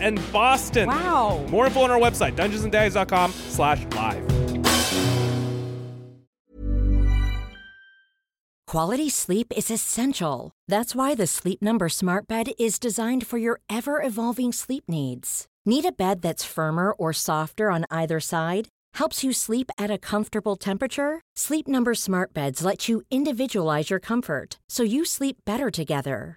and Boston. Wow. More info on our website, dungeonsanddice.com slash live. Quality sleep is essential. That's why the Sleep Number Smart Bed is designed for your ever evolving sleep needs. Need a bed that's firmer or softer on either side? Helps you sleep at a comfortable temperature? Sleep Number Smart Beds let you individualize your comfort so you sleep better together.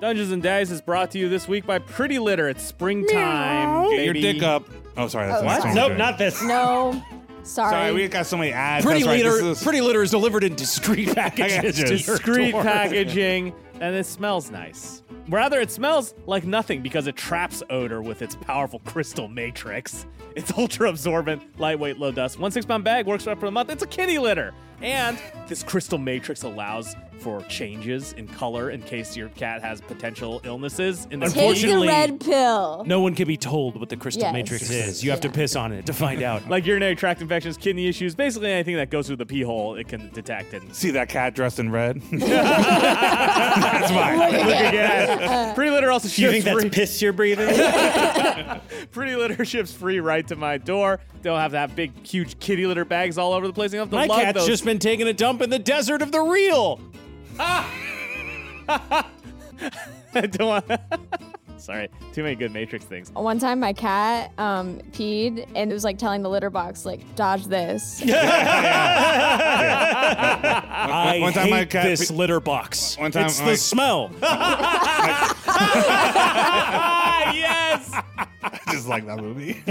Dungeons and Dice is brought to you this week by Pretty Litter. It's springtime. Get your dick up. Oh, sorry. That's not What? someone Nope, doing. not this. No. Sorry. Sorry, we got so many ads. Pretty That's right, litter. this is- Pretty litter is delivered in discreet packages packages. to your discreet packaging, and it smells nice. Rather, it smells like nothing because it traps odor with its powerful crystal matrix. It's ultra absorbent, lightweight, low dust. One six pound bag works right for a month. It's a kitty litter. And this crystal matrix allows for changes in color in case your cat has potential illnesses. In the Take future. the Unfortunately- red pill. No one can be told what the crystal Yes. matrix is. You have to piss on it to find out. like urinary tract infections, kidney issues, basically anything that goes through the pee hole, it can detect and See that cat dressed in red? That's Look mine. at that. Yeah. Pretty Litter also ships Do you think that's free. piss you're breathing? Pretty Litter ships free right to my door. Don't have to have big, huge kitty litter bags all over the place. You don't have to My lug cat's those. just been taking a dump in the desert of the real. I don't want. Sorry, too many good Matrix things. One time my cat um, peed and it was like telling the litter box, like, dodge this. I one time hate my cat this pe- litter box. One time it's my- the smell. Ah, yes! I just like that movie.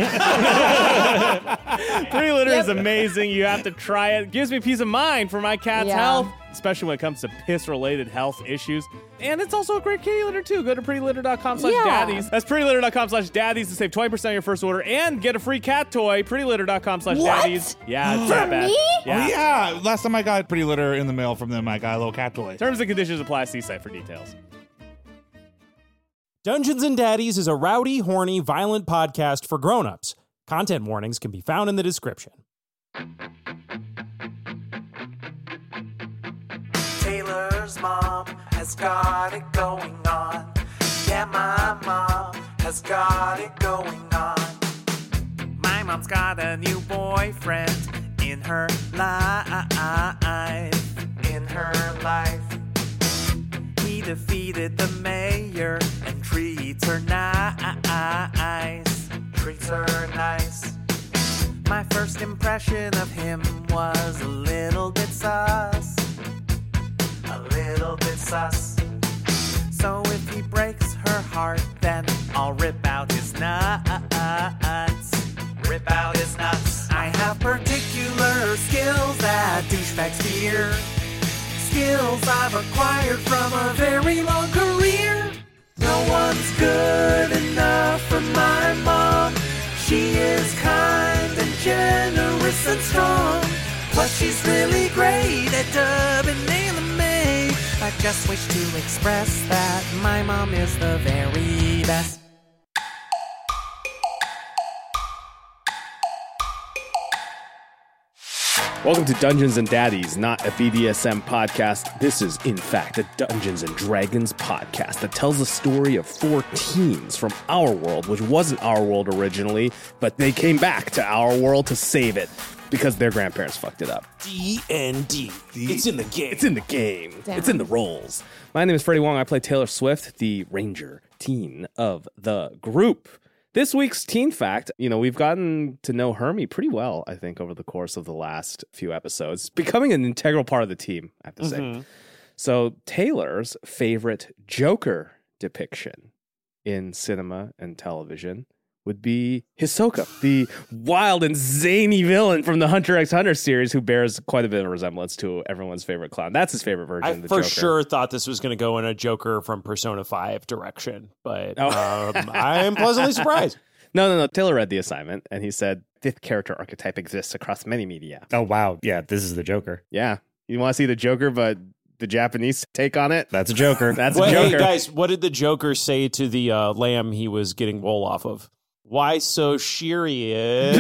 Pretty Litter is amazing. You have to try it. Gives me peace of mind for my cat's Yeah. health, especially when it comes to piss-related health issues. And it's also a great kitty litter, too. Go to prettylitter.com slash Yeah. daddies. That's prettylitter.com slash daddies to save 20% on your first order and get a free cat toy. Prettylitter.com slash What? daddies. Yeah, it's For that bad. me? Yeah. Oh, yeah. Last time I got pretty litter in the mail from them, I got a little cat toy. Terms and conditions apply. See site for details. Dungeons and Daddies is a rowdy, horny, violent podcast for grown-ups. Content warnings can be found in the description. Taylor's mom has got it going on. Yeah, my mom has got it going on. My mom's got a new boyfriend in her life. In her life. He defeated the mayor and treats her nice. Treats her nice. My first impression of him was a little bit sus a little bit sus. So if he breaks her heart, then I'll rip out his nuts. Rip out his nuts. I have particular skills that douchebags fear. Skills I've acquired from a very long career. No one's good enough for my mom. She is kind and generous and strong. Plus, she's really great at dubbing anime. I just wish to express that my mom is the very best. Welcome to Dungeons and Daddies, not a BDSM podcast. This is, in fact, a Dungeons and Dragons podcast that tells the story of four teens from our world, which wasn't our world originally, but they came back to our world to save it because their grandparents fucked it up. D and D. It's in the game. It's in the game. It's in the roles. My name is Freddie Wong. I play Taylor Swift, the ranger teen of the group. This week's teen fact, you know, we've gotten to know Hermie pretty well, I think, over the course of the last few episodes, becoming an integral part of the team, I have to say. So, Taylor's favorite Joker depiction in cinema and television would be Hisoka, the wild and zany villain from the Hunter x Hunter series who bears quite a bit of resemblance to everyone's favorite clown. That's his favorite version I of the for Joker. sure thought this was going to go in a Joker from Persona 5 direction, but um, I'm pleasantly surprised. No, no, no. Taylor read the assignment and he said, This character archetype exists across many media. Oh wow, yeah, this is the Joker. Yeah. You want to see the Joker, but the Japanese take on it? That's a Joker. That's Well, a hey, Joker. guys, what did the Joker say to the uh, lamb he was getting wool off of? Why so serious?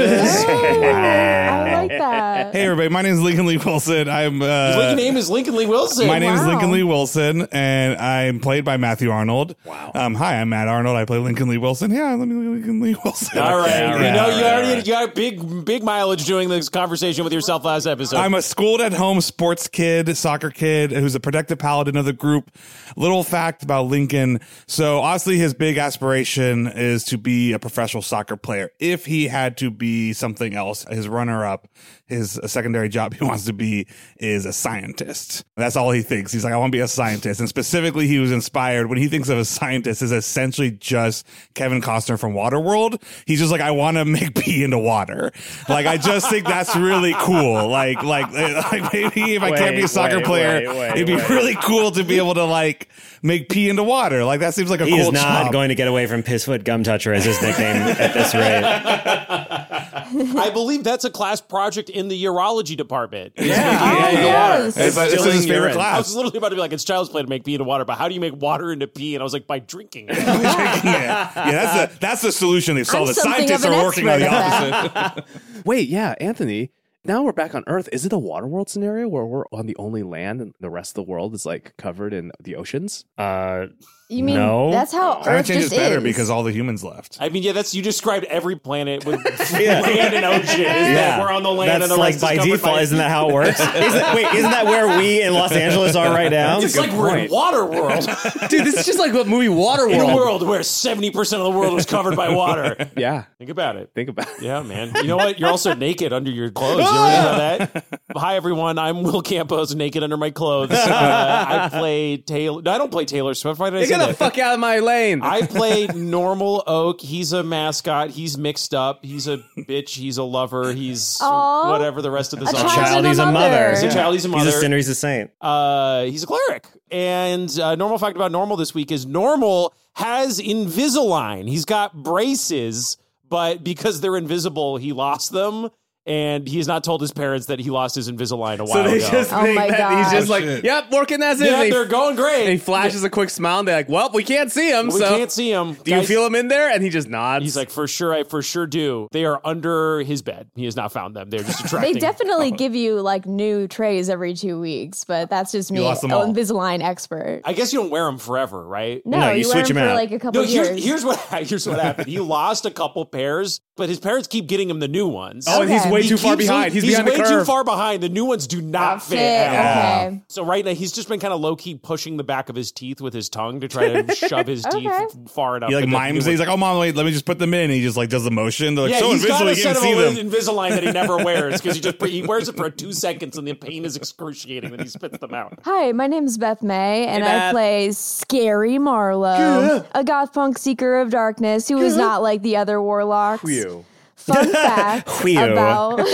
Oh, I like that. Hey, everybody. My name is Lincoln Lee Wilson. I'm. His Uh, Lincoln name is Lincoln Lee Wilson. my name is Wow. Lincoln Lee Wilson, and I'm played by Matthew Arnold. Wow. Um, hi, I'm Matt Arnold. I play Lincoln Lee Wilson. Yeah, let me Lincoln Lee Wilson. all right, Yeah, all you right, know all you right, already all right. you got a big big mileage doing this conversation with yourself last episode. I'm a schooled at home sports kid, soccer kid, who's a protective paladin of the group. Little fact about Lincoln. So obviously his big aspiration is to be a professional soccer player. If he had to be something else, his runner up, his secondary job he wants to be is a scientist. That's all he thinks. He's like, I want to be a scientist. And specifically, he was inspired when he thinks of a scientist is essentially just Kevin Costner from Waterworld. He's just like, I want to make pee into water. Like, I just think that's really cool. Like, like, like maybe if I can't be a Wait, soccer wait, player, wait, wait, it'd be wait. really cool to be able to like make pee into water. Like, that seems like a He cool is not job. going to get away from Pissfoot Gum Toucher as his nickname at this rate. I believe that's a class project in the urology department. Oh, yes. It's, like- it's Distilling his favorite urine. I class. was literally about to be like, it's child's play to make pee into water, but how do you make water into pee? And I was like, by drinking. it. yeah, yeah, that's the that's the solution they've solved. The something of scientists an are working on the expert at that. opposite. Wait, yeah, Anthony. Now we're back on Earth. Is it a Waterworld scenario where we're on the only land and the rest of the world is like covered in the oceans? Uh, You mean No. that's how Climate Earth change is just better is. because all the humans left. I mean, yeah, that's you described every planet with land and ocean. Is that we're on the land That's and the like rest by is covered default. by- Isn't that how it works? isn't, wait, isn't that where we in Los Angeles are right now? It's like we're in water world, Dude, this is just like what movie in a Waterworld. world where seventy percent of the world is covered by water. yeah, Think about it. think about it. Yeah, man. You know what? You're also naked under your clothes. You remember that? Hi, everyone. I'm Will Campos, naked under my clothes. Uh, I play Taylor. No, I don't play Taylor Swift. Why did I Get say the that? fuck out of my lane. I play normal Oak. He's a mascot. He's mixed up. He's a bitch. He's a lover. He's Aw. whatever the rest of the A song. child. Child, he's a mother. He's a child, he's a He's mother. a sinner. He's a saint. Uh, he's a cleric. And uh, normal fact about normal this week is normal has Invisalign. He's got braces, but because they're invisible, he lost them. And he has not told his parents that he lost his Invisalign a while so they ago. just Oh think my that he's God. just like, Shit. yep, working as yeah, is. they're going great. and he flashes a quick smile and they're like, well, we can't see him. we so can't see him. do you feel him in there? And he just nods. He's like, for sure, I for sure do. They are under his bed. He has not found them. They're just They attracting. definitely give you like new trays every two weeks, but that's just me, lost an them all. Invisalign expert. I guess you don't wear them forever, right? no, No, you, you wear switch them them for out. like a couple No, here, years. here's what here's what happened. He lost a couple pairs, but his parents keep getting him the new ones. oh, and he's okay. way He too far keeps- behind. He's, behind way the curve. too far behind. The new ones do not fit. Fit, at all. Okay. So right now he's just been kind of low key pushing the back of his teeth with his tongue to try to shove his Okay. teeth far enough. He like that the new mimes. it. ones- He's like, "Oh, mom, wait, let me just put them in." And he just like does the motion. They're like, yeah, "So he's got invisible, a you can set of see Invis- them." Invisalign that he never wears because he just he wears it for two seconds and the pain is excruciating that he spits them out. Hi, my name's Beth May, and I Beth. play Scary Marlowe, a goth punk seeker of darkness who is not like the other warlocks. You. Fun fact Whew. about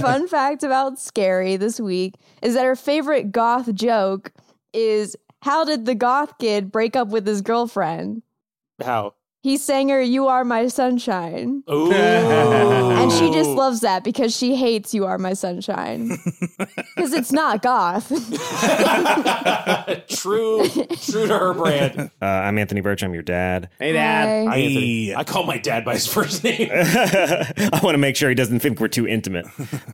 fun fact about Scary this week is that her favorite goth joke is how did the goth kid break up with his girlfriend? How? He sang her "You Are My Sunshine," Ooh. and she just loves that because she hates "You Are My Sunshine" because it's not goth. true, true to her brand. Uh, I'm Anthony Birch. I'm your dad. Hey, Dad. Hi. Hi, Anthony. I call my dad by his first name. I want to make sure he doesn't think we're too intimate.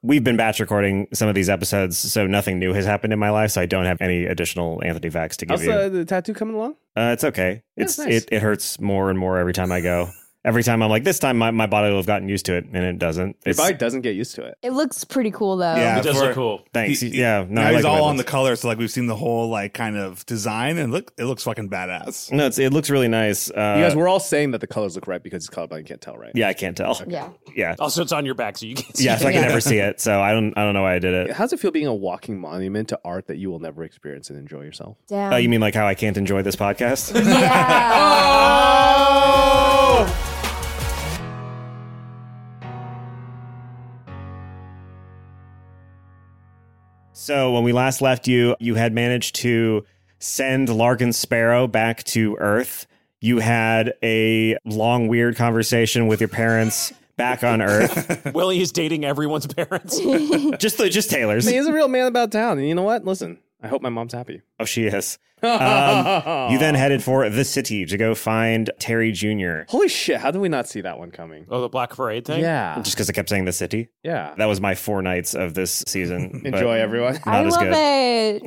We've been batch recording some of these episodes, so nothing new has happened in my life. So I don't have any additional Anthony facts to give How's uh, you. the tattoo coming along? Uh, it's okay. That's It's nice. it, it hurts more and more every time I go. every time I'm like, this time my, my body will have gotten used to it, and it doesn't. Your It's, body doesn't get used to it. It looks pretty cool though. Yeah, It does for- look cool. thanks. He- he- yeah, no, now I like he's the way all it on the looks. color, so like we've seen the whole like kind of design, and look, it looks fucking badass. No, it's, it looks really nice. Uh, You guys were all saying that the colors look right because it's colorblind. You can't tell, right? yeah, I can't tell. Yeah. Yeah, Also, it's on your back, so you can see. yeah, so I can Yeah. never see it. So I don't I don't know why I did it. How does it feel being a walking monument to art that you will never experience and enjoy yourself? Damn. Oh, you mean like how I can't enjoy this podcast? yeah. So when we last left you, you had managed to send Larkin Sparrow back to Earth. You had a long, weird conversation with your parents back on Earth. Willie is dating everyone's parents. Oh, just the, just Taylor's. I mean, he's a real man about town. And you know what? Listen, I hope my mom's happy. Oh, she is. Um, you then headed for the city to go find Terry Jr. Holy shit, how did we not see that one coming? oh, the Black Parade thing? Yeah. Just because I kept saying the city. Yeah. That was my four nights of this season. but Enjoy, everyone. I not as love good.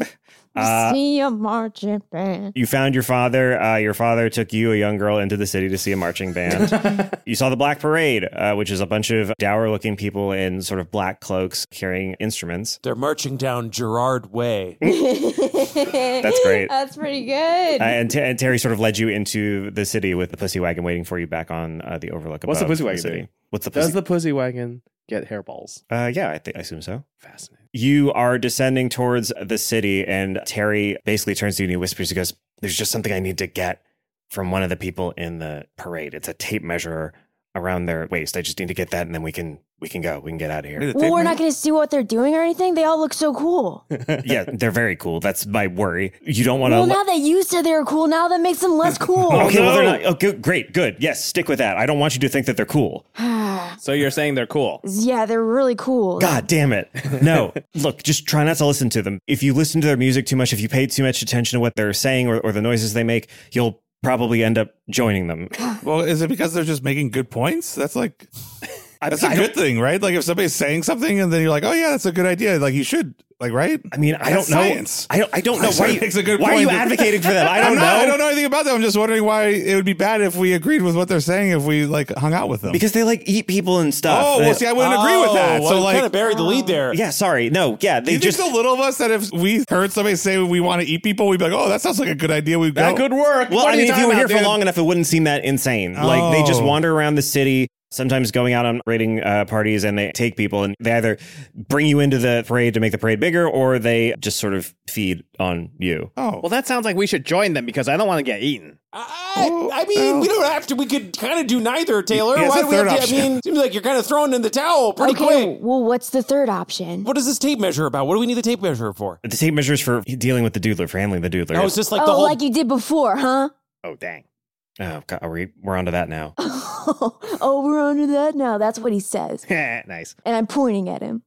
it. Uh, See a marching band. You found your father. Uh, your father took you, a young girl, into the city to see a marching band. you saw the Black Parade, uh, which is a bunch of dour looking people in sort of black cloaks carrying instruments. They're marching down Gerard Way. That's great. That's pretty good. Uh, and, Ter- and Terry sort of led you into the city with the pussy wagon waiting for you back on uh, the overlook. What's the above pussy wagon city. doing? What's the Does pussy? the pussy wagon get hairballs? uh, yeah, I, th- I assume so. Fascinating. You are descending towards the city, and Terry basically turns to you and he whispers, he goes, There's just something I need to get from one of the people in the parade. It's a tape measure around their waist. I just need to get that and then we can we can go. We can get out of here. well, we're not going to see what they're doing or anything. They all look so cool. yeah, they're very cool. That's my worry. You don't want to well, now that you said they were cool, now that makes them less cool. Oh, Okay, well, they're not. Okay, great, good. Yes, stick with that. I don't want you to think that they're cool. So you're saying they're cool? yeah, they're really cool. God damn it. No, look, just try not to listen to them. If you listen to their music too much, if you pay too much attention to what they're saying or, or the noises they make, you'll probably end up joining them. Well, is it because they're just making good points? That's like I, that's a I good thing, right? Like if somebody's saying something and then you're like, oh yeah, that's a good idea. Like you should, like right? I mean, I That's don't know. science. I don't. I don't know why. Sorry, You, it's a good why are point, you but- advocating for them? I I'm don't know. not- I don't know anything about them. I'm just wondering why it would be bad if we agreed with what they're saying if we like hung out with them. Because they like eat people and stuff. oh, well, They- see, I wouldn't agree with Oh, that. so like. kind of Oh, buried the lead there. yeah. Sorry. No. Yeah. They you just just. think the little of us that if we heard somebody say we want to eat people, we'd be like, "Oh, that sounds like a good idea." We'd That go. could work. well, What are I mean, if talking you were here about, for dude? long enough, it wouldn't seem that insane. Like they just Oh. wander around the city. Sometimes going out on raiding uh, parties and they take people and they either bring you into the parade to make the parade bigger or they just sort of feed on you. Oh, Well, that sounds like we should join them because I don't want to get eaten. I, I mean, we don't have to. We could kind of do neither, Taylor. Yeah, it's Why a do we have third to? option. I mean, seems like you're kind of throwing in the towel pretty okay, quick. well, what's the third option? What is this tape measure about? What do we need the tape measure for? The tape measures for dealing with the doodler, for handling the doodler. Oh, it's just like oh, the whole. like you did before, huh? Oh, dang. oh God, are we, we're onto that now. oh, we're under that now. That's what he says. nice. And I'm pointing at him.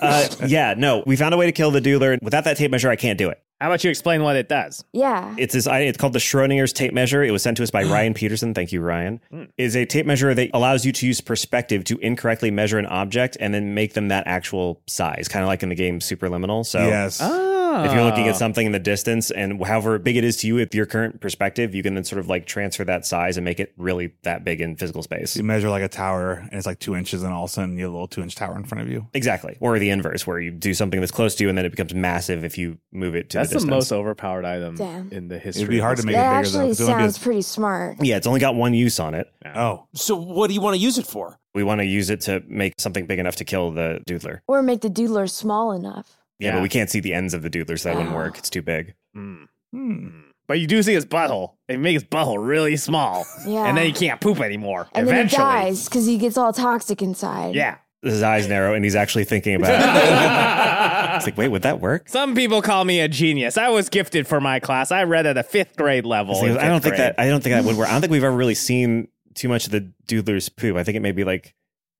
uh, yeah, no, we found a way to kill the doodler. Without that tape measure, I can't do it. How about you explain what it does? Yeah. It's this. It's called the Schrodinger's tape measure. It was sent to us by Ryan Peterson. Thank you, Ryan. Hmm. Is a tape measure that allows you to use perspective to incorrectly measure an object and then make them that actual size, kind of like in the game Superliminal. So. yes. uh, Oh. If you're looking at something in the distance and however big it is to you with your current perspective, you can then sort of like transfer that size and make it really that big in physical space. you measure like a tower, and it's like two inches, and all of a sudden you have a little two-inch tower in front of you. Exactly. Or the inverse, where you do something that's close to you and then it becomes massive if you move it to That's the the, distance. most overpowered item Damn. in the history. It'd be of hard this to game. make that it bigger though. actually 'cause it only sounds gets- pretty smart. yeah, it's only got one use on it. Oh, so, what do you want to use it for? We want to use it to make something big enough to kill the doodler. Or make the doodler small enough. Yeah, Yeah. but we can't see the ends of the doodler, so that wouldn't Oh. work. It's too big. Mm. Hmm. But you do see his butthole. They make his butthole really small. Yeah. And then he can't poop anymore. And then he Eventually. dies because he gets all toxic inside. Yeah. His eyes narrow, and he's actually thinking about it. it's like, wait, would that work? Some people call me a genius. I was gifted for my class. I read at a fifth grade level. He in goes, I don't fifth think that. grade." I don't think that would work. I don't think we've ever really seen too much of the doodler's poop. I think it may be like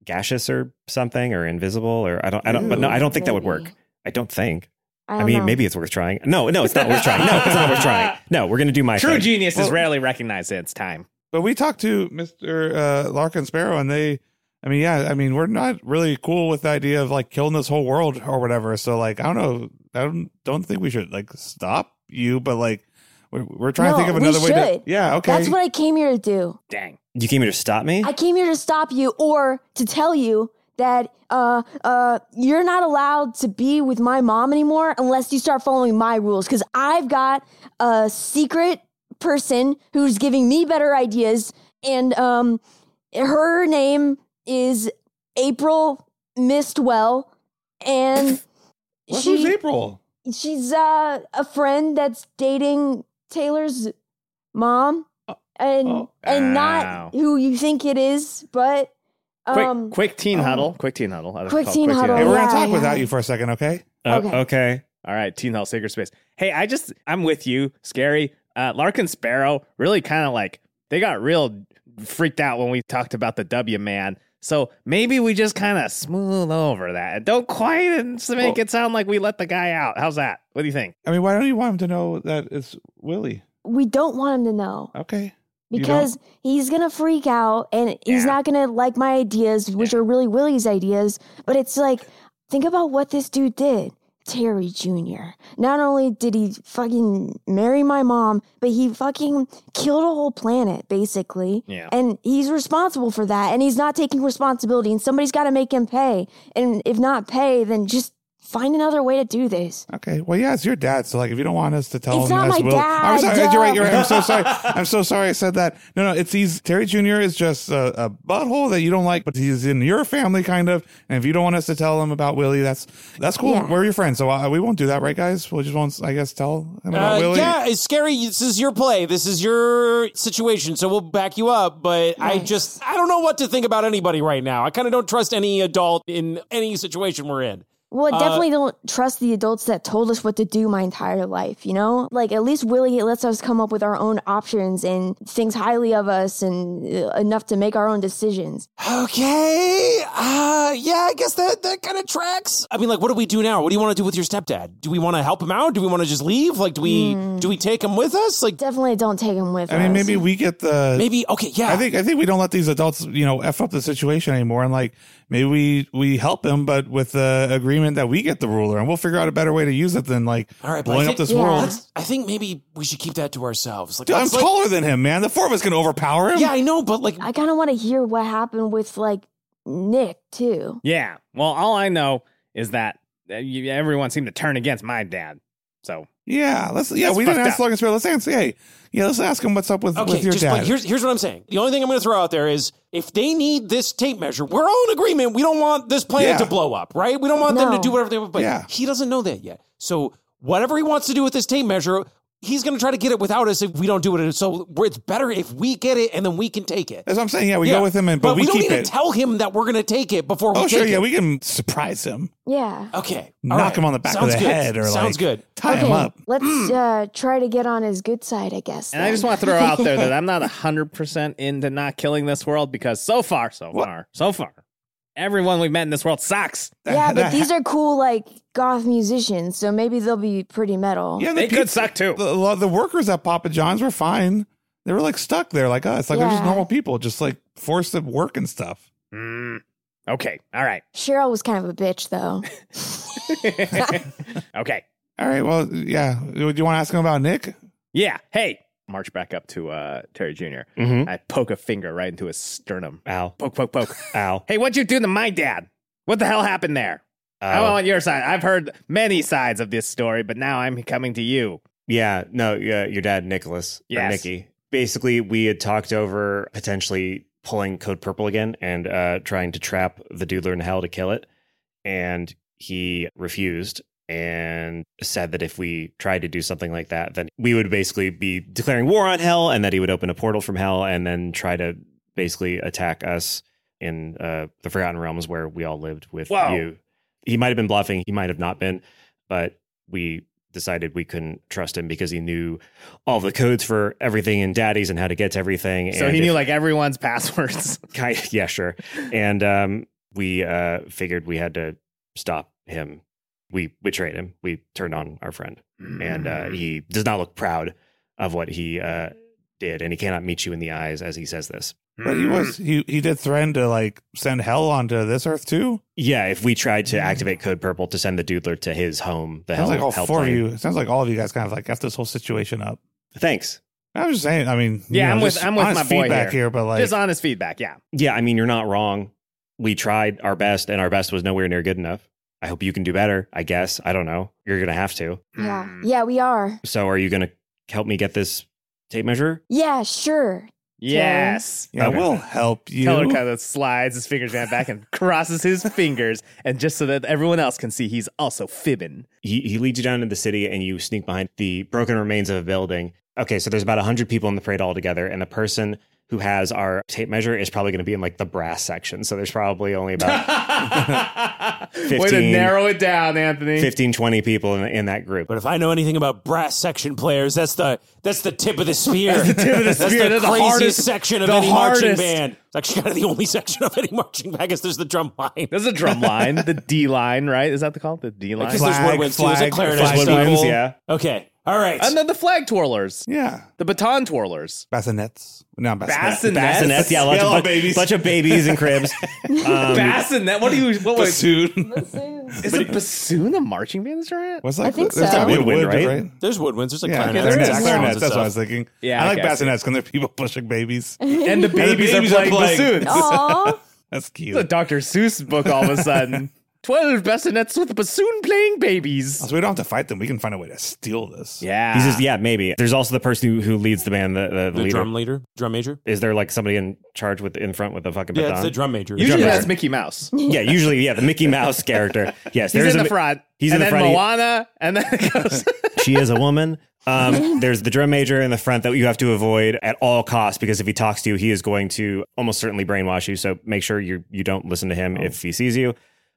gaseous or something, or invisible, or I don't. I don't. but no, I don't think that would Maybe. work. I don't think. I, I, don't mean, know. maybe it's worth trying. No, no, it's not worth trying. No, it's not worth trying. No, we're gonna do my True thing. geniuses Well- rarely recognize it. It's time. but we talked to Mr. Uh, Larkin Sparrow, and they, I mean, yeah, I mean, we're not really cool with the idea of like killing this whole world or whatever. So like, I don't know, I don't don't think we should like stop you, but like, We're, we're trying no, to think of another we way to. should. Yeah, okay. That's what I came here to do. Dang. You came here to stop me? I came here to stop you or to tell you that uh uh you're not allowed to be with my mom anymore unless you start following my rules cuz I've got a secret person who's giving me better ideas and um her name is April Mistwell and What's she April? she's uh, a friend that's dating Taylor's mom, and oh. and Wow. not who you think it is, but Quick, um, quick teen huddle. Quick teen huddle. I was Quick called teen huddle. Hey, we're Oh, Yeah, gonna talk yeah. without you for a second, okay? Uh, okay. okay. Oh, All right, Teen Hall Sacred Space. Hey, I just I'm with you, scary. Uh, Larkin Sparrow really kind of like they got real freaked out when we talked about the W man. So maybe we just kind of smooth over that and don't quite and make it sound like we let the guy out. How's that? What do you think? I mean, why don't you want him to know that it's Willie? we don't want him to know Okay. You don't- because he's gonna freak out and he's Yeah. not gonna like my ideas, which are really Willie's ideas. But it's like, think about what this dude did. Terry Jr. Not only did he fucking marry my mom, but he fucking killed a whole planet, basically. Yeah. And he's responsible for that. And he's not taking responsibility. And somebody's got to make him pay. And if not pay, then just find another way to do this. Okay. Well, yeah, it's your dad. So, like, if you don't want us to tell It's him, not that's my Will- I'm dad, sorry. You're right. You're right. duh. I'm so sorry. I'm so sorry. I said that. No, no. It's he's Terry Jr. is just a, a butthole that you don't like, but he's in your family, kind of. And if you don't want us to tell him about Willie, that's that's cool. Yeah. We're your friends, so uh, we won't do that, right, guys? We will just won't, I guess, tell him about Uh, Willie. yeah, it's scary. This is your play. This is your situation. So we'll back you up. But I Nice. just, I don't know what to think about anybody right now. I kind of don't trust any adult in any situation we're in. Well, I Uh, definitely don't trust the adults that told us what to do my entire life, you know? Like, at least Willie lets us come up with our own options and thinks highly of us and uh, enough to make our own decisions. Okay. Uh, yeah, I guess that, that kind of tracks. I mean, like, what do we do now? What do you want to do with your stepdad? Do we want to help him out? Do we want to just leave? Like, do we, do we take him with us? Like, Definitely don't take him with I mean, us. maybe we get the maybe, okay, yeah. I think I think we don't let these adults, you know, f up the situation anymore, and like maybe we we help them, but with the agreement that we get the ruler, and we'll figure out a better way to use it than like All right, but I blowing up think- this Yeah. world. Let's- I think maybe we should keep that to ourselves. Like, Dude, I'm let's, like- taller than him, man. The four of us can overpower him. Yeah, I know, but like, I kind of want to hear what happened with, like, Nick, too. Yeah. Well, all I know is that uh, you- everyone seemed to turn against my dad. So yeah. Let's yeah. That's we didn't fucked ask up. Logan Spirit. Let's answer. Hey, yeah. Let's ask him what's up with with your just dad. like, here's here's what I'm saying. The only thing I'm going to throw out there is if they need this tape measure, we're all in agreement. We don't want this planet Yeah. to blow up, right? We don't want them to No. do whatever they want. But Yeah. he doesn't know that yet. So whatever he wants to do with this tape measure, he's going to try to get it without us if we don't do it. So we're- it's better if we get it and then we can take it. That's what I'm saying. Yeah, we Yeah. go with him, and but, we, don't keep need it. to tell him that we're going to take it before we oh take sure, yeah. it. We can surprise him, Yeah. okay. All knock right. him on the back Sounds of the good. head, or Sounds like good. tie him up. Mm. Let's uh, try to get on his good side, I guess. And I then. just want to throw out there that I'm not 100% into not killing this world because so far, so far, so far, everyone we've met in this world sucks. yeah, but that- these are cool, like, goth musicians, so maybe they'll be pretty metal. Yeah, They the could pizza- suck too. the, a lot- the workers at Papa John's were fine. They were like stuck there, like us. Like they're just Yeah. normal people, just like forced to work and stuff. Mm. Okay. All right. Cheryl was kind of a bitch, though. okay. All right. Well, yeah. Do you want to ask him about Nick? Yeah. Hey. March back up to uh, Terry Jr. Mm-hmm. I poke a finger right into his sternum. Ow. Poke, poke, poke. Ow. hey, what'd you do to my dad? What the hell happened there? I Ow. want your side. I've heard many sides of this story, but now I'm coming to you. Yeah, no, yeah, your dad Nicholas or Yes. Nicky. Basically, we had talked over potentially pulling Code Purple again and uh, trying to trap the Doodler in Hell to kill it, and he refused and said that if we tried to do something like that, then we would basically be declaring war on Hell, and that he would open a portal from Hell and then try to basically attack us in uh, the Forgotten Realms where we all lived with Whoa. you. He might have been bluffing. He might have not been, but we decided we couldn't trust him because he knew all the codes for everything in Daddy's and how to get to everything. So and he if- knew like everyone's passwords. kind yeah, sure. And um, we uh, figured we had to stop him. We betrayed him. We turned on our friend, and uh, he Mm. does not look proud of what he uh, did, and he cannot meet you in the eyes as he says this. But he was he he did threaten to like send hell onto this earth too. Yeah, if we tried to activate Code Purple to send the Doodler to his home, the Mm. Sounds hell, like all hell four of plane. you. Sounds like all of you guys kind of like f this whole situation up. Thanks. I was just saying. I mean, you Yeah, know, I'm with- just I'm with honest my boy feedback here. here, but like, Just uh, honest feedback. Yeah. Yeah, I mean, you're not wrong. We tried our best, and our best was nowhere near good enough. I hope you can do better, I guess. I don't know. You're going to have to. Yeah. Hmm. Yeah, we are. So, are you going to help me get this tape measure? Yeah, sure. Yes. yeah, Okay. we'll help you. Keller kind of slides his fingers down back and crosses his fingers, and just so that everyone else can see, he's also fibbing. He, he leads you down into the city, and you sneak behind the broken remains of a building. Okay, so there's about 100 people in the parade altogether, and the person who has our tape measure is probably going to be in like the brass section. So, there's probably only about Way to 15. narrow it down, Anthony. 15, 20 people in, in that group. But if I know anything about brass section players, that's the that's the tip of the spear. That's the tip of the spear. They're the craziest hardest- section of the any marching hardest. band. It's actually kind of the only section of any marching band. I guess there's the drum line. There's a drum line, the D line, right? Is that the call? The D line? Because there's Flag, woodwinds too. There's a flag, clarinet flag, section. woodwinds, yeah. Okay. All right. And then the flag twirlers, yeah, the baton twirlers. bassinets. No, bassinets. Bassinets. Bassinets, yeah, lots Yeah, of, little bunch, babies. bunch of babies and cribs. Um, Bassinet. What do you? What was? Bassoon. Is a bassoon a marching band instrument? What's I that? think There's so. that Woodwind, right? there's woodwinds. There's a Yeah, clarinet. clarinets. There's clarinets, sounds That's and what I stuff. was thinking. Yeah, I like okay, I see. bassinets because they're people pushing babies. And the babies, babies are, are playing playing. bassoons. Aw. That's cute. It's Oh. a Dr. Seuss book all of a sudden. Twelve bassinets with bassoon playing babies. So we don't have to fight them. We can find a way to steal this. Yeah. He says, yeah, maybe. There's also the person who, who leads the band, the, the, the The leader. drum leader, drum major. Is there like somebody in charge with in front with a fucking Yeah, baton? it's the drum major. Usually drummer. that's Mickey Mouse. He's yeah, usually, yeah, the Mickey Mouse character. Yes, there's in a the mi- front. He's in and the then front. He- Moana, and then it goes. she is a woman. Um, there's the drum major in the front that you have to avoid at all costs because if he talks to you, he is going to almost certainly brainwash you. So make sure you you don't listen to him if he sees you.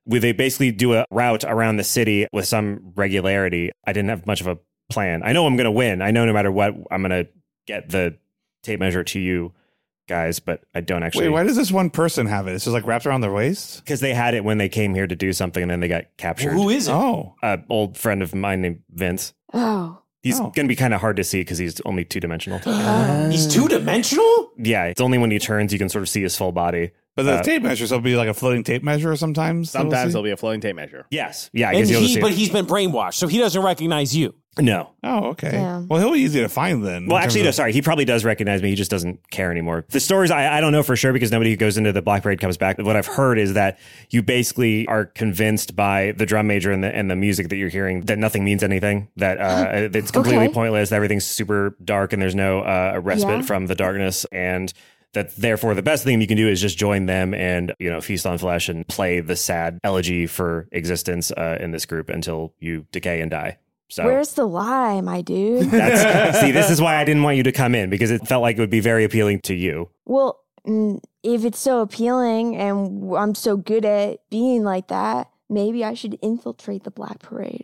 We they basically do a route around the city with some regularity. I didn't have much of a plan. I know I'm going to win. I know no matter what, I'm going to get the tape measure to you guys, but I don't Wait, actually. why does this one person have it? It's just like wrapped around their waist. Because they had it when they came here to do something, and then they got captured. Who is it? Oh, A old friend of mine named Vince. Oh. He's Oh. going to be kind of hard to see because he's only two dimensional. He's two dimensional. yeah, it's only when he turns you can sort of see his full body. but the Uh, tape measure. So it'll be like a floating tape measure. Sometimes. that we'll Sometimes see? there'll be a floating tape measure. Yes, yeah, I And guess you'll he, see. but it. he's been brainwashed, so he doesn't recognize you. no, Oh, okay. Yeah. Well, he'll be easy to find then. well, in actually, no. terms Sorry, he probably does recognize me. He just doesn't care anymore. The stories I, I don't know for sure because nobody who goes into the Black Parade comes back. What I've heard is that you basically are convinced by the drum major and the and the music that you're hearing that nothing means anything. That uh, it's completely Okay. pointless. Everything's super dark and there's no uh, respite Yeah. from the darkness and. That therefore the best thing you can do is just join them and you know feast on flesh and play the sad elegy for existence uh, in this group until you decay and die. So Where's the lie, my dude? that's, see, this is why I didn't want you to come in because it felt like it would be very appealing to you. well, mm, if it's so appealing and I'm so good at being like that, maybe I should infiltrate the Black Parade.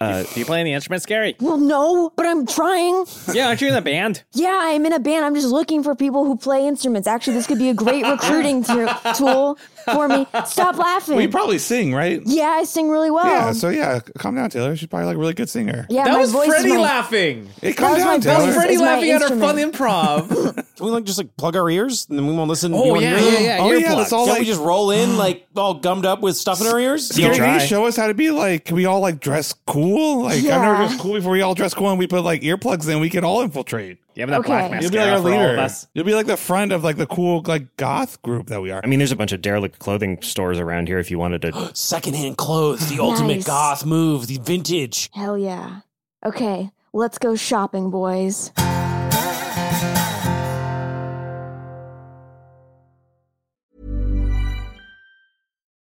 Uh, Do you play any instrument, Scary? Well, no, but I'm trying. Yeah, aren't you in a band? Yeah, I'm in a band. I'm just looking for people who play instruments. Actually, this could be a great recruiting to- tool for me. Stop laughing. of- we probably sing, right? yeah, I sing really well. Yeah. So yeah, calm down, Taylor. She's probably like a really good singer. Yeah, That my was voice Freddie is my, laughing. Hey, calm was my down, best Taylor. It's friend. Freddie my laughing at our fun instrument. improv. Can we like just like plug our ears and then we won't listen? we oh won't yeah, hear yeah, them? yeah. Oh, yeah, earplugs. that's all- Can't we like- just roll in like all gummed up with stuff in our ears? You'll Gary, can try. you show us how to be like? Can we all like dress cool? Like I've never Yeah. dressed cool before. We all dress cool and we put like earplugs in. We can all infiltrate. You have that Okay. black You'll You'll be like mascara our for all of leader. us. You'll be like the front of like the cool like goth group that we are. I mean, there's a bunch of derelict clothing stores around here if you wanted to. Secondhand clothes, the ultimate Nice. goth move, the vintage. Hell yeah. Okay, let's go shopping, boys.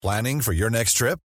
Planning for your next trip?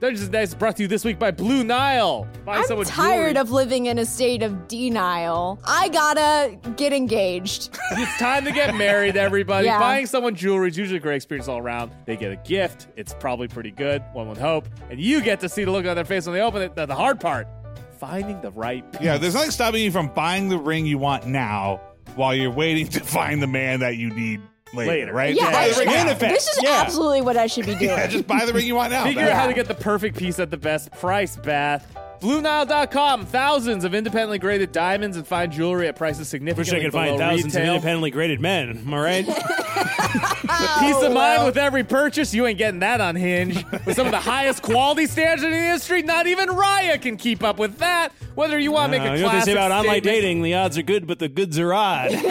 Dungeons and Dice is brought to you this week by Blue Nile. Buy I'm someone tired jewelry. of living in a state of denial. I gotta get engaged. It's time to get married, everybody. Yeah. Buying someone jewelry is usually a great experience all around. They get a gift. It's probably pretty good, one would hope. And you get to see the look on their face when they open it. The, the hard part finding the right people. Yeah, there's nothing stopping you from buying the ring you want now while you're waiting to find the man that you need later, Later. right? Yeah, Buy the I- ring I- now. this is yeah. absolutely what I should be doing. Yeah, just buy the ring you want now. Figure out how to get the perfect piece at the best price, Bath. BlueNile.com. Thousands of independently graded diamonds and fine jewelry at prices Wish I significantly could below find thousands of retail. independently graded men. Am I right? Uh, Peace of mind with every purchase. You ain't getting that on Hinge. With some of the highest quality standards in the industry, not even Raya can keep up with that. Whether you want to make Uh, a you know what they classic say about online statement- dating? The odds are good, but the goods are odd. Whether you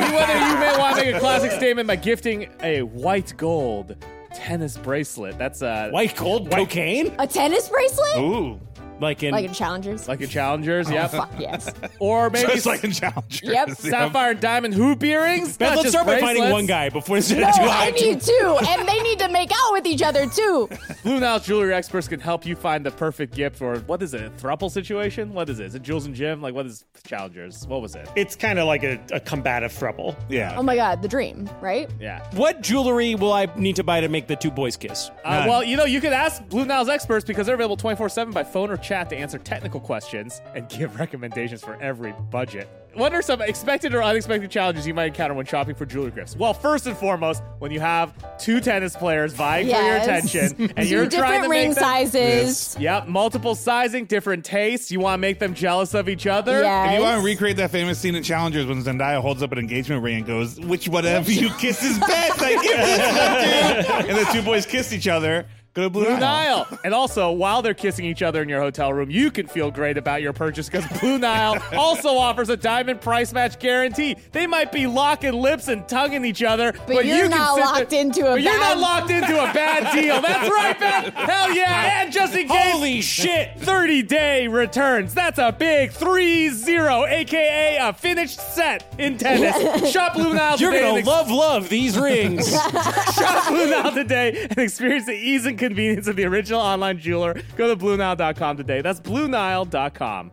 may want to make a classic statement by gifting a white gold tennis bracelet. That's uh, White gold cocaine? A tennis bracelet? Oh. Ooh. Like in. Like in Challengers? like a Challengers, yep. Fuck yes. Oh, Or maybe Just like in Challenger. Yep. sapphire and diamond hoop earrings. Beth, not let's just start by finding bracelets. one guy before it's No, I need two, and they need to make out with each other too. Blue Nile jewelry experts can help you find the perfect gift or what is it? A thruple situation? What is it? Is it Jules and Jim? Like what is Challengers? What was it? It's kind of like a, a combative throuple. Yeah. Oh my god, the dream, right? Yeah. um, What jewelry will I need to buy to make the two boys kiss? Uh, well, you know, you could ask Blue Nile's experts because they're available 24 7 by phone or chat to answer technical questions and give recommendations for every budget. What are some expected or unexpected challenges you might encounter when shopping for jewelry gifts? Well, first and foremost, when you have two tennis players vying Yes. for your attention and Two you're trying different to ring make them- sizes. Yep, multiple sizing, different tastes. You want to make them jealous of each other. Yes. If you want to recreate that famous scene in Challengers when Zendaya holds up an engagement ring and goes, "Which one of you kisses best?" I give this one to you." and the two boys kiss each other. Go to Blue, Blue Nile. Nile. And also, while they're kissing each other in your hotel room, you can feel great about your purchase because Blue Nile also offers a diamond price match guarantee. They might be locking lips and tonguing each other, but, you're you can not sit locked there- into a But you're not bad- locked into a bad deal. That's right, man. Hell yeah! And just in case, Holy shit! 30 day returns. That's a big 3 0, aka a finished set in tennis. Shop Blue Nile You're today and gonna ex- love love these rings. Shop Blue Nile today and experience the ease and convenience of the original online jeweler. Go to BlueNile.com today. That's BlueNile.com.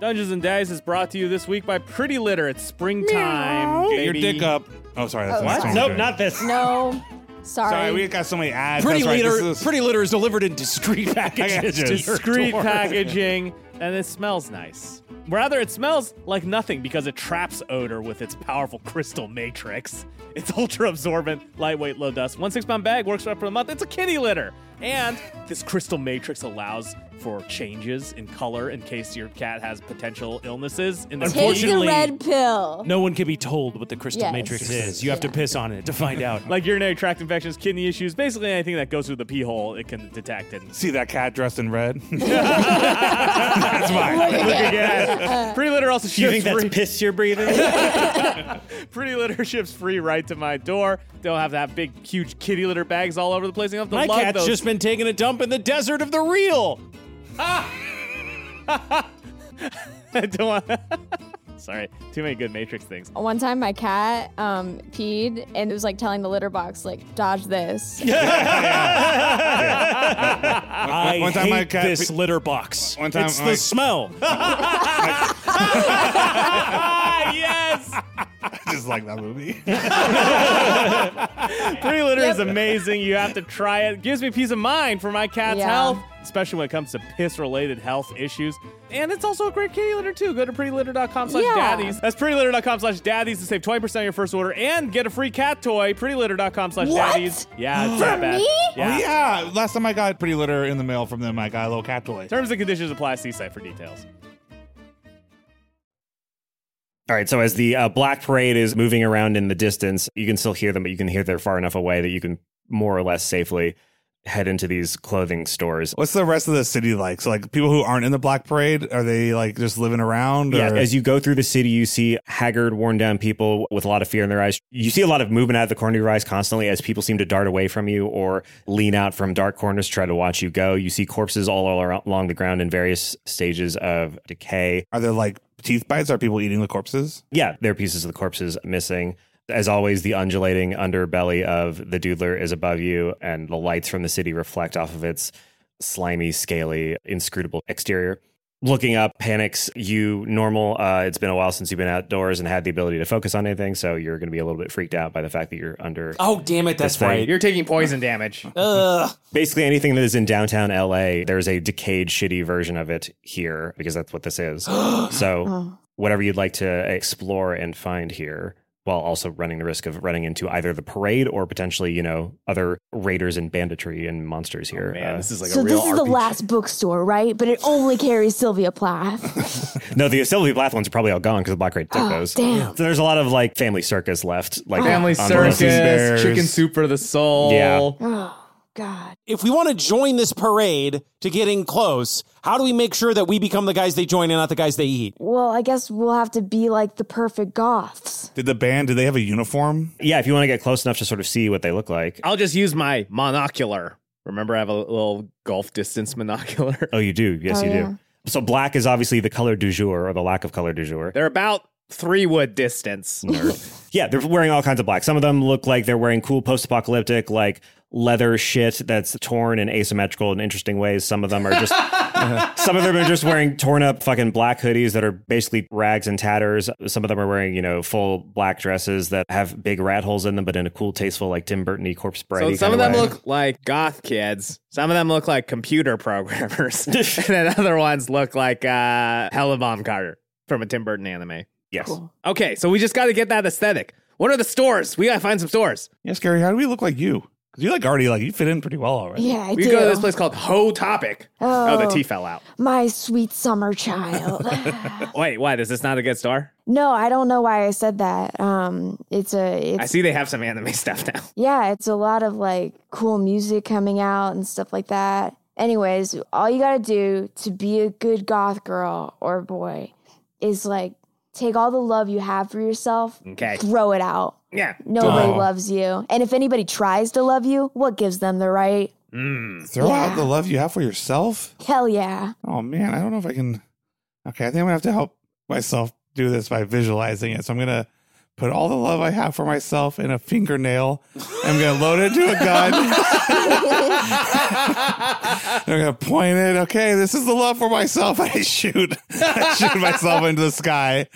Dungeons and Dice is brought to you this week by Pretty Litter. It's springtime. Get your baby. dick up. Oh, sorry. That's Oh, not sorry. nope, not this. No, sorry. Sorry, we got so many ads. Pretty That's right, litter, this is- pretty litter is delivered in discreet packages. Packages. to your Discreet door. packaging, and it smells nice. Rather, it smells like nothing because it traps odor with its powerful crystal matrix. It's ultra absorbent, lightweight, low dust. One six pound bag works right for a month. It's a kitty litter. And this crystal matrix allows for changes in color in case your cat has potential illnesses. In their Take the Unfortunately- red pill. No one can be told what the crystal Yes. matrix is. You have to piss on it to find out. like urinary tract infections, kidney issues, basically anything that goes through the pee hole, it can detect and See that cat dressed in red? Yeah. Pretty litter also Do you ships think that's free. piss you're breathing? Pretty litter ships free right to my door. Don't have to have big, huge kitty litter bags all over the place. You don't have My to lug cat's those. just been taking a dump in the desert of the real. I don't want- Sorry, too many good Matrix things. One time, my cat um, peed, and it was like telling the litter box, like, dodge this. I One time hate my cat this pe- litter box. One time it's my- the smell. Ah, yes! I just like that movie. Pretty litter is amazing. You have to try it. Gives me peace of mind for my cat's Yeah. health, especially when it comes to piss-related health issues. And it's also a great kitty litter too. Go to prettylitter.com slash Yeah. daddies. That's prettylitter.com slash daddies to save 20% on your first order and get a free cat toy. Prettylitter.com slash What? daddies. Yeah, it's For not bad. me? Yeah. Oh, yeah. Last time I got pretty litter in the mail from them, I got a little cat toy. Terms and conditions apply. See site for details. All right, so as the uh, black parade is moving around in the distance, you can still hear them, but you can hear they're far enough away that you can more or less safely head into these clothing stores. What's the rest of the city like? So, like, people who aren't in the Black Parade, are they like just living around? Yeah, or- as you go through the city, you see haggard, worn down people with a lot of fear in their eyes. You see a lot of movement out of the corner of your eyes constantly as people seem to dart away from you or lean out from dark corners to try to watch you go. You see corpses all, all around, along the ground in various stages of decay. Are there like teeth bites? Are people eating the corpses? Yeah, there are pieces of the corpses missing. As always, the undulating underbelly of the doodler is above you, and the lights from the city reflect off of its slimy, scaly, inscrutable exterior. looking up panics you normal uh it's been a while since you've been outdoors and had the ability to focus on anything so you're going to be a little bit freaked out by the fact that you're under Oh, damn it. That's This thing. right. You're taking poison damage. Ugh. basically anything that is in downtown LA there's a decayed shitty version of it here because that's what this is so Oh. whatever you'd like to explore and find here while also running the risk of running into either the parade or potentially you know other raiders and banditry and monsters here Oh, Man, Uh, this is like so a real this is the RPG. last bookstore, right? But it only carries Sylvia Plath. No, the Sylvia Plath ones are probably all gone because the Black Raid took Oh, those. damn. So there's a lot of like family circus left. Like Family on the Circus, list. circus, chicken Bears. soup for the soul. Yeah. Oh God. If we want to join this parade to getting close, how do we make sure that we become the guys they join and not the guys they eat? Well, I guess we'll have to be like the perfect goths. Did the band? Did they have a uniform? Yeah, if you want to get close enough to sort of see what they look like. I'll just use my monocular. Remember, I have a little golf distance monocular. Oh, you do. Yes, Oh, you yeah. do. So black is obviously the color du jour or the lack of color du jour. They're about three wood distance. Yeah, they're wearing all kinds of black. Some of them look like they're wearing cool post-apocalyptic like leather shit that's torn and asymmetrical in interesting ways. Some of them are just some of them are just wearing torn up fucking black hoodies that are basically rags and tatters. Some of them are wearing, you know, full black dresses that have big rat holes in them, but in a cool, tasteful, like Tim Burton y corpse So bride. some of them look like goth kids. Some of them look like computer programmers, and then other ones look like uh, Hella Bomb Carter from a Tim Burton anime. yes. Cool. Okay, so we just got to get that aesthetic. What are the stores? We gotta find some stores. Yes, Gary. How do we look like you? Because you like already like you fit in pretty well already. Yeah, I we do. go to this place called Ho Topic. Oh. the T fell out. My sweet summer child. Wait, why? Is this not a good store? no, I don't know why I said that. Um, it's a. I It's, see they have some anime stuff now. yeah, it's a lot of like cool music coming out and stuff like that. Anyways, all you gotta do to be a good goth girl or boy is like take all the love you have for yourself, Okay. throw it out. Yeah. Nobody Oh. loves you. And if anybody tries to love you, what gives them the right? Mm. Throw Yeah. out the love you have for yourself. Hell yeah. Oh man, I don't know if I can. Okay, I think I'm gonna have to help myself do this by visualizing it. So I'm gonna put all the love I have for myself in a fingernail. I'm gonna load it to a gun. I'm gonna point it. Okay, this is the love for myself. I shoot. I shoot myself into the sky.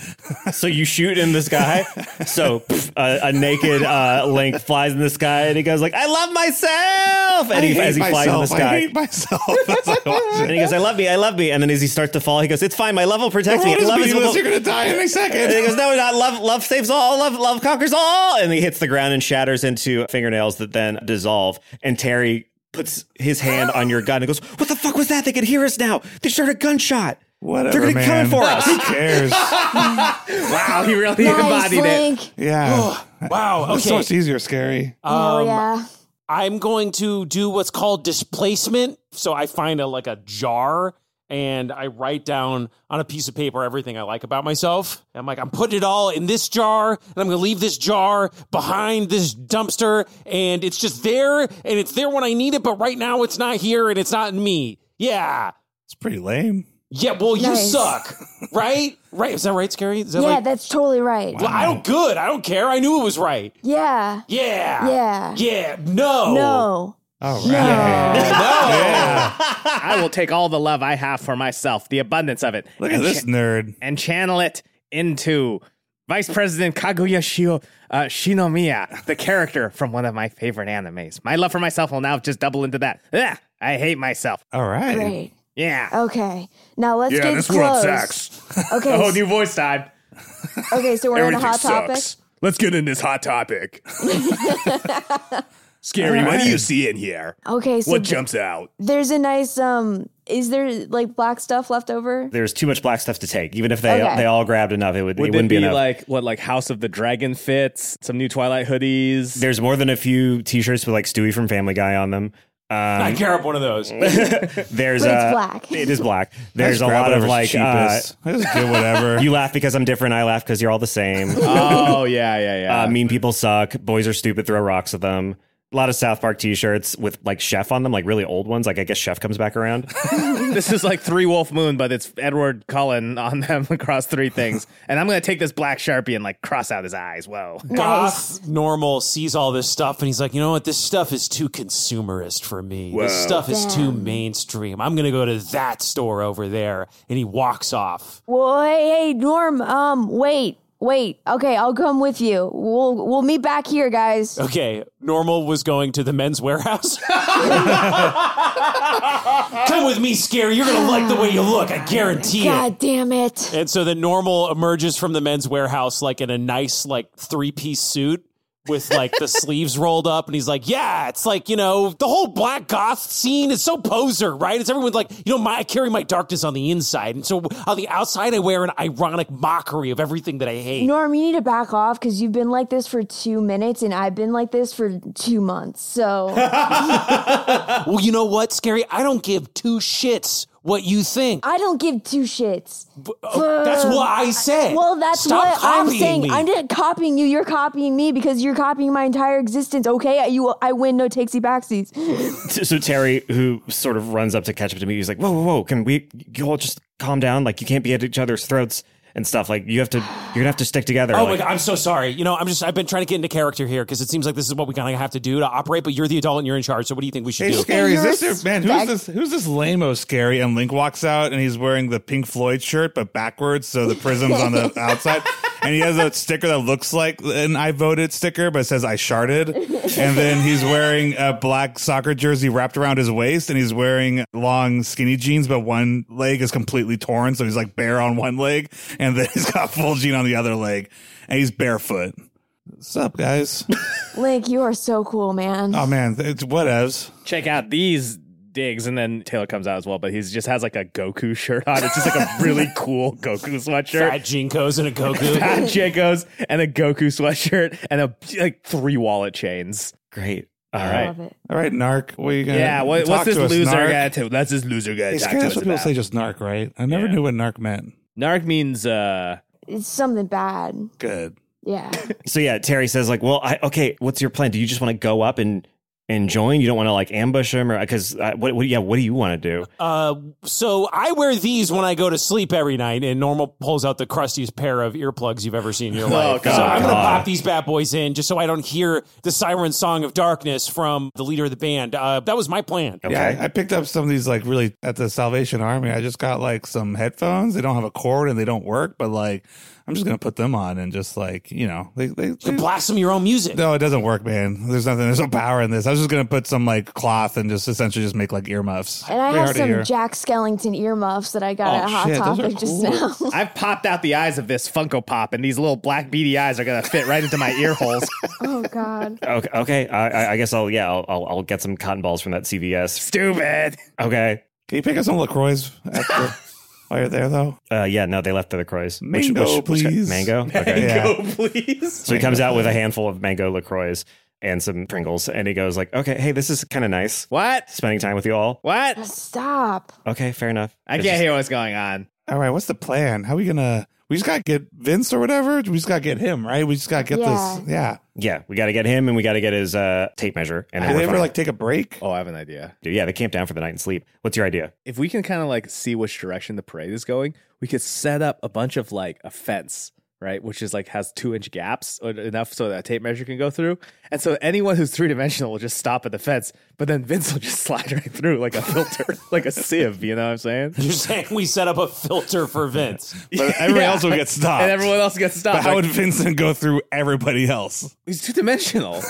So you shoot in the sky. so pff, a, a naked uh, Link flies in the sky and he goes like, "I love myself," and I he, hate as he flies in the myself. sky. I hate myself. That's what I watch and it. he goes, "I love me, I love me." And then as he starts to fall, he goes, "It's fine, my love will protect me. Everyone is Love is meaningless. You're gonna die in a And he second. goes, "No, not love. Love saves all. Love, love conquers all." And he hits the ground and shatters into fingernails that then dissolve. And Terry puts his hand on your gun and goes, "What the fuck was that? They could hear us now. They heard a gunshot." Whatever, They're gonna man. come for us. Who cares? Wow, he really Nice, embodied it. Link. Yeah. Wow. It's so Okay. much easier, scary. Uh, Um, Hell yeah. I'm going to do what's called displacement. So I find a like a jar and I write down on a piece of paper everything I like about myself. I'm like, I'm putting it all in this jar and I'm gonna leave this jar behind this dumpster and it's just there and it's there when I need it, but right now it's not here and it's not in me. Yeah. It's pretty lame. Yeah, well, you Nice. suck. Right? Right. Is that right, Scary? Is that yeah, like that's totally right. well, I don't good. I don't care. I knew it was right. Yeah. Yeah. Yeah. Yeah. No. No. All No. I will take all the love I have for myself, the abundance of it, Look at and, this cha- nerd. and channel it into Vice President Kaguya Shio, uh, Shinomiya, the character from one of my favorite animes. My love for myself will now just double into that. Ah, I hate myself. All right. Great. Yeah. Okay. Now let's get close. Okay. Oh, s- new voice time. okay. So we're in a hot topic. Let's get in this hot topic. Scary, what do you see in here? Okay. So What jumps out? there's a nice um. Is there like black stuff left over? There's too much black stuff to take. Even if they Okay. they all grabbed enough, it would, it Would it wouldn't be, be enough. like what, like House of the Dragon fits? Some new Twilight hoodies. There's more than a few T-shirts with like Stewie from Family Guy on them. I Um, care up one of those. there's But a it's black. It is black. I There's just a grab lot of whatever's like uh, cheapest. I just do whatever. you laugh because I'm different. I laugh because you're all the same. oh, yeah, yeah, yeah. Uh, mean people suck. Boys are stupid. Throw rocks at them. A lot of South Park T-shirts with like Chef on them, like really old ones. Like I guess Chef comes back around. this is like Three Wolf Moon, but it's Edward Cullen on them across three things. And I'm gonna take this black sharpie and like cross out his eyes. Whoa. Goth normal sees all this stuff and he's like, you know what? This stuff is too consumerist for me. This Wow. stuff is too mainstream. I'm gonna go to that store over there. And he walks off. Well, hey, hey, Norm. Um, wait, wait. Okay, I'll come with you. We'll we'll meet back here, guys. Okay, normal was going to the men's warehouse. Come with me, Scary. You're gonna like the way you look. I guarantee it. God damn it! And so then normal emerges from the men's warehouse like in a nice like three piece suit with like the sleeves rolled up and he's like, Yeah, it's like, you know, the whole black goth scene is so poser, right? It's everyone's like, you know, my I carry my darkness on the inside. And so on the outside I wear an ironic mockery of everything that I hate. Norm, you need to back off because you've been like this for two minutes, and I've been like this for two months. So well, you know what, Scary? I don't give two shits what you think. I don't give two shits. That's what I said. Uh, Well, that's Stop what I'm copying saying. me. I'm not copying you. You're copying me because you're copying my entire existence. Okay, you, I win. No takesy backsies. so Terry, who sort of runs up to catch up to me, he's like, "Whoa, whoa, whoa! Can we you all just calm down? Like you can't be at each other's throats and stuff. Like you have to, you're gonna have to stick together." Oh Like, my god, I'm so sorry. You know, I'm just I've been trying to get into character here because it seems like this is what we kind of have to do to operate. But you're the adult and you're in charge. So what do you think we should Hey, do? scary! Is this You're your- man? Who's stuck. this? Who's this lame-o scary? And Link walks out, and he's wearing the Pink Floyd shirt, but backwards, so the prism's on the outside. And he has a sticker that looks like an "I voted" sticker, but it says "I sharded." And then he's wearing a black soccer jersey wrapped around his waist, and he's wearing long skinny jeans, but one leg is completely torn, so he's like bare on one leg, and then he's got full jean on the other leg, and he's barefoot. What's up, guys? Link, you are so cool, man. oh man, it's whatevs. Check out these digs, and then Taylor comes out as well, but he's just has like a Goku shirt on. It's just like a really cool Goku sweatshirt. Fat Jinkos and a Goku. Fat Jacobs and a Goku sweatshirt and a like three wallet chains. great. Uh, All All right. I right. love it. All right, Narc, what are you gonna Yeah, what, talk what's this to us, loser Narc? guy? To, that's this loser guy. Hey, talk Scary, to that's us what people about. say, just narc, right? I never Yeah. knew what narc meant. Narc means uh, It's something bad. Good. Yeah. So yeah, Terry says like, "Well, I, okay, what's your plan? Do you just want to go up and and join? You don't want to like ambush him or because uh, what, what? Yeah, what do you want to do? Uh, so I wear these when I go to sleep every night, and Normal pulls out the crustiest pair of earplugs you've ever seen in your life. God. so I'm gonna God. pop these bad boys in just so I don't hear the siren song of darkness from the leader of the band. Uh, that was my plan. Okay. Yeah, I, I picked up some of these like really at the Salvation Army. I just got like some headphones. They don't have a cord and they don't work, but like I'm just gonna put them on and just like you know they they. You blast them your own music. no, it doesn't work, man. There's nothing. There's no power in this. I was just gonna put some like cloth and just essentially just make like earmuffs. And I They have already some here. Jack Skellington earmuffs that I got Oh, at Hot shit, those are Topic just now. I've popped out the eyes of this Funko Pop, and these little black beady eyes are gonna fit right into my ear holes. oh God. Okay, okay. I, I- I guess I'll yeah, I'll, I'll I'll get some cotton balls from that CVS. Stupid. Okay. Can you pick up some Lacroix after, while you're there though? Uh, yeah, no, they left the LaCroix. Which- Mango, please. mango? Okay. Yeah. Go, please. So he comes out with a handful of mango LaCroix and some Pringles, and he goes like, "Okay, hey, this is kind of nice. What? Spending time with you all. What? Stop. Okay, fair enough. I It's can't just- hear what's going on. All right, what's the plan? How we gonna? We just gotta get Vince or whatever. We just gotta get him, right? We just gotta get this. Yeah. Yeah, we got to get him, and we got to get his uh, tape measure. And then Did we're they ever fine. like take a break? Oh, I have an idea. yeah, they camp down for the night and sleep. What's your idea? If we can kind of like see which direction the parade is going, we could set up a bunch of like a fence, right? Which is like has two inch gaps or enough so that a tape measure can go through. And so anyone who's three dimensional will just stop at the fence, but then Vince will just slide right through like a filter, like a sieve. You know what I'm saying? You're saying we set up a filter for Vince. But everybody Yeah. else will get stopped. And everyone else gets But stopped. how Like, would Vincent go through everybody else? he's two dimensional.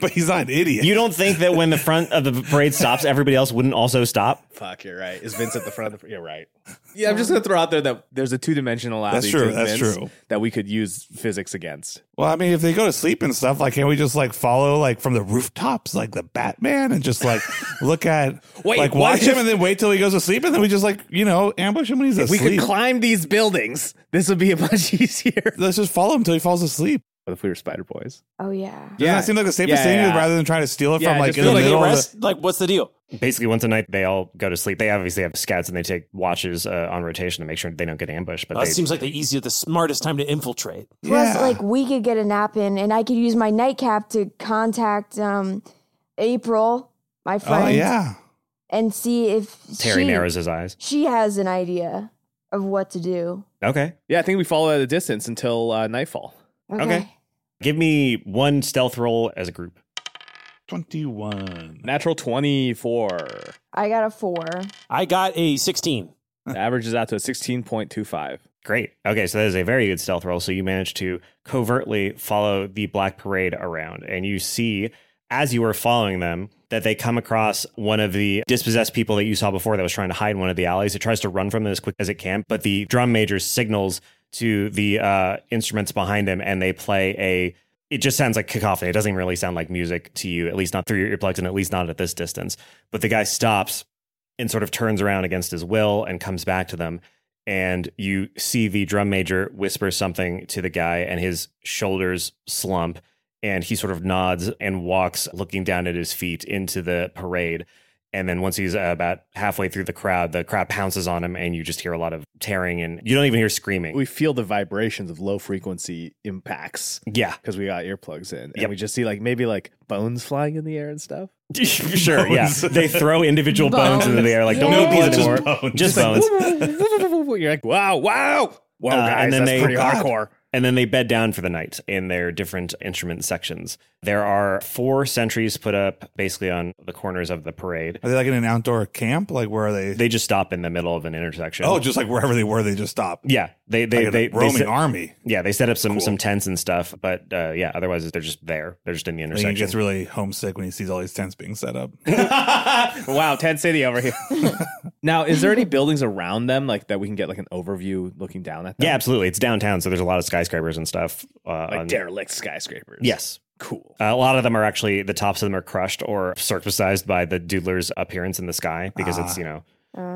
But he's not an idiot. You don't think that when the front of the parade stops, everybody else wouldn't also stop? Fuck, you're right. Is Vince at the front of the? You're right. Yeah, I'm just gonna throw out there that there's a two dimensional That's aspect. true, to that's Vince true. That we could use physics against. well, I mean, if they go to sleep and stuff, like, can we just like follow like from the rooftops, like the Batman, and just like look at, Wait, like what watch if- him and then wait till he goes to sleep, and then we just like you know ambush him when he's We asleep. could climb these buildings. This would be a much easier. Let's just follow him till he falls asleep. What if we were Spider Boys? Oh yeah. Doesn't that seem like the safest Yeah, thing yeah. rather than trying to steal it Yeah, from I like just in feel the Like, like middle? of the- arrest, like, what's the deal? Basically, once a night, they all go to sleep. They obviously have scouts and they take watches uh, on rotation to make sure they don't get ambushed. But That they, Uh, seems like the easiest, the smartest time to infiltrate. Plus, like we could get a nap in, and I could use my nightcap to contact um, April, my friend, Oh yeah. and see if Terry she, narrows his eyes. she has an idea of what to do. Okay. Yeah, I think we follow at a distance until uh, nightfall. Okay. Give me one stealth roll as a group. Twenty one. Natural 24. I got a four. I got a 16. That averages out to a 16.25. Great. Okay, so that is a very good stealth roll. So you manage to covertly follow the Black Parade around, and you see as you are following them that they come across one of the dispossessed people that you saw before that was trying to hide in one of the alleys. It tries to run from them as quick as it can, but the drum major signals to the uh, instruments behind him, and they play a. It just sounds like cacophony. It doesn't really sound like music to you, at least not through your earplugs, and at least not at this distance. But the guy stops and sort of turns around against his will and comes back to them and you see the drum major whisper something to the guy and his shoulders slump and he sort of nods and walks looking down at his feet into the parade and then once he's uh, about halfway through the crowd the crowd pounces on him and you just hear a lot of tearing and you don't even hear screaming We feel the vibrations of low frequency impacts yeah because we got earplugs in. And Yep. we just see like maybe like bones flying in the air and stuff. sure yeah Bones. they throw individual bones, into the air like don't No move these bones, just anymore just bones You're like, wow, wow. Wow, Uh, guys, and then that's they- pretty God. hardcore. And then they bed down for the night in their different instrument sections. There are four sentries put up basically on the corners of the parade. Are they like in an outdoor camp? Like where are they? They just stop in the middle of an intersection. oh, just like wherever they were, they just stopped. yeah. They they Like they, a they, roaming set, army. yeah they set up some Cool. some tents and stuff, but uh, yeah, otherwise they're just there. They're just in the I think he gets intersection. really homesick when he sees all these tents being set up. wow, Tent City over here. now, is there any buildings around them like that we can get like an overview looking down at them? yeah, absolutely. It's downtown, so there's a lot of skyscrapers and stuff. Uh, Like on- derelict skyscrapers. Yes. Cool. Uh, a lot of them are actually the tops of them are crushed or circumcised by the doodler's appearance in the sky because it's Ah. you know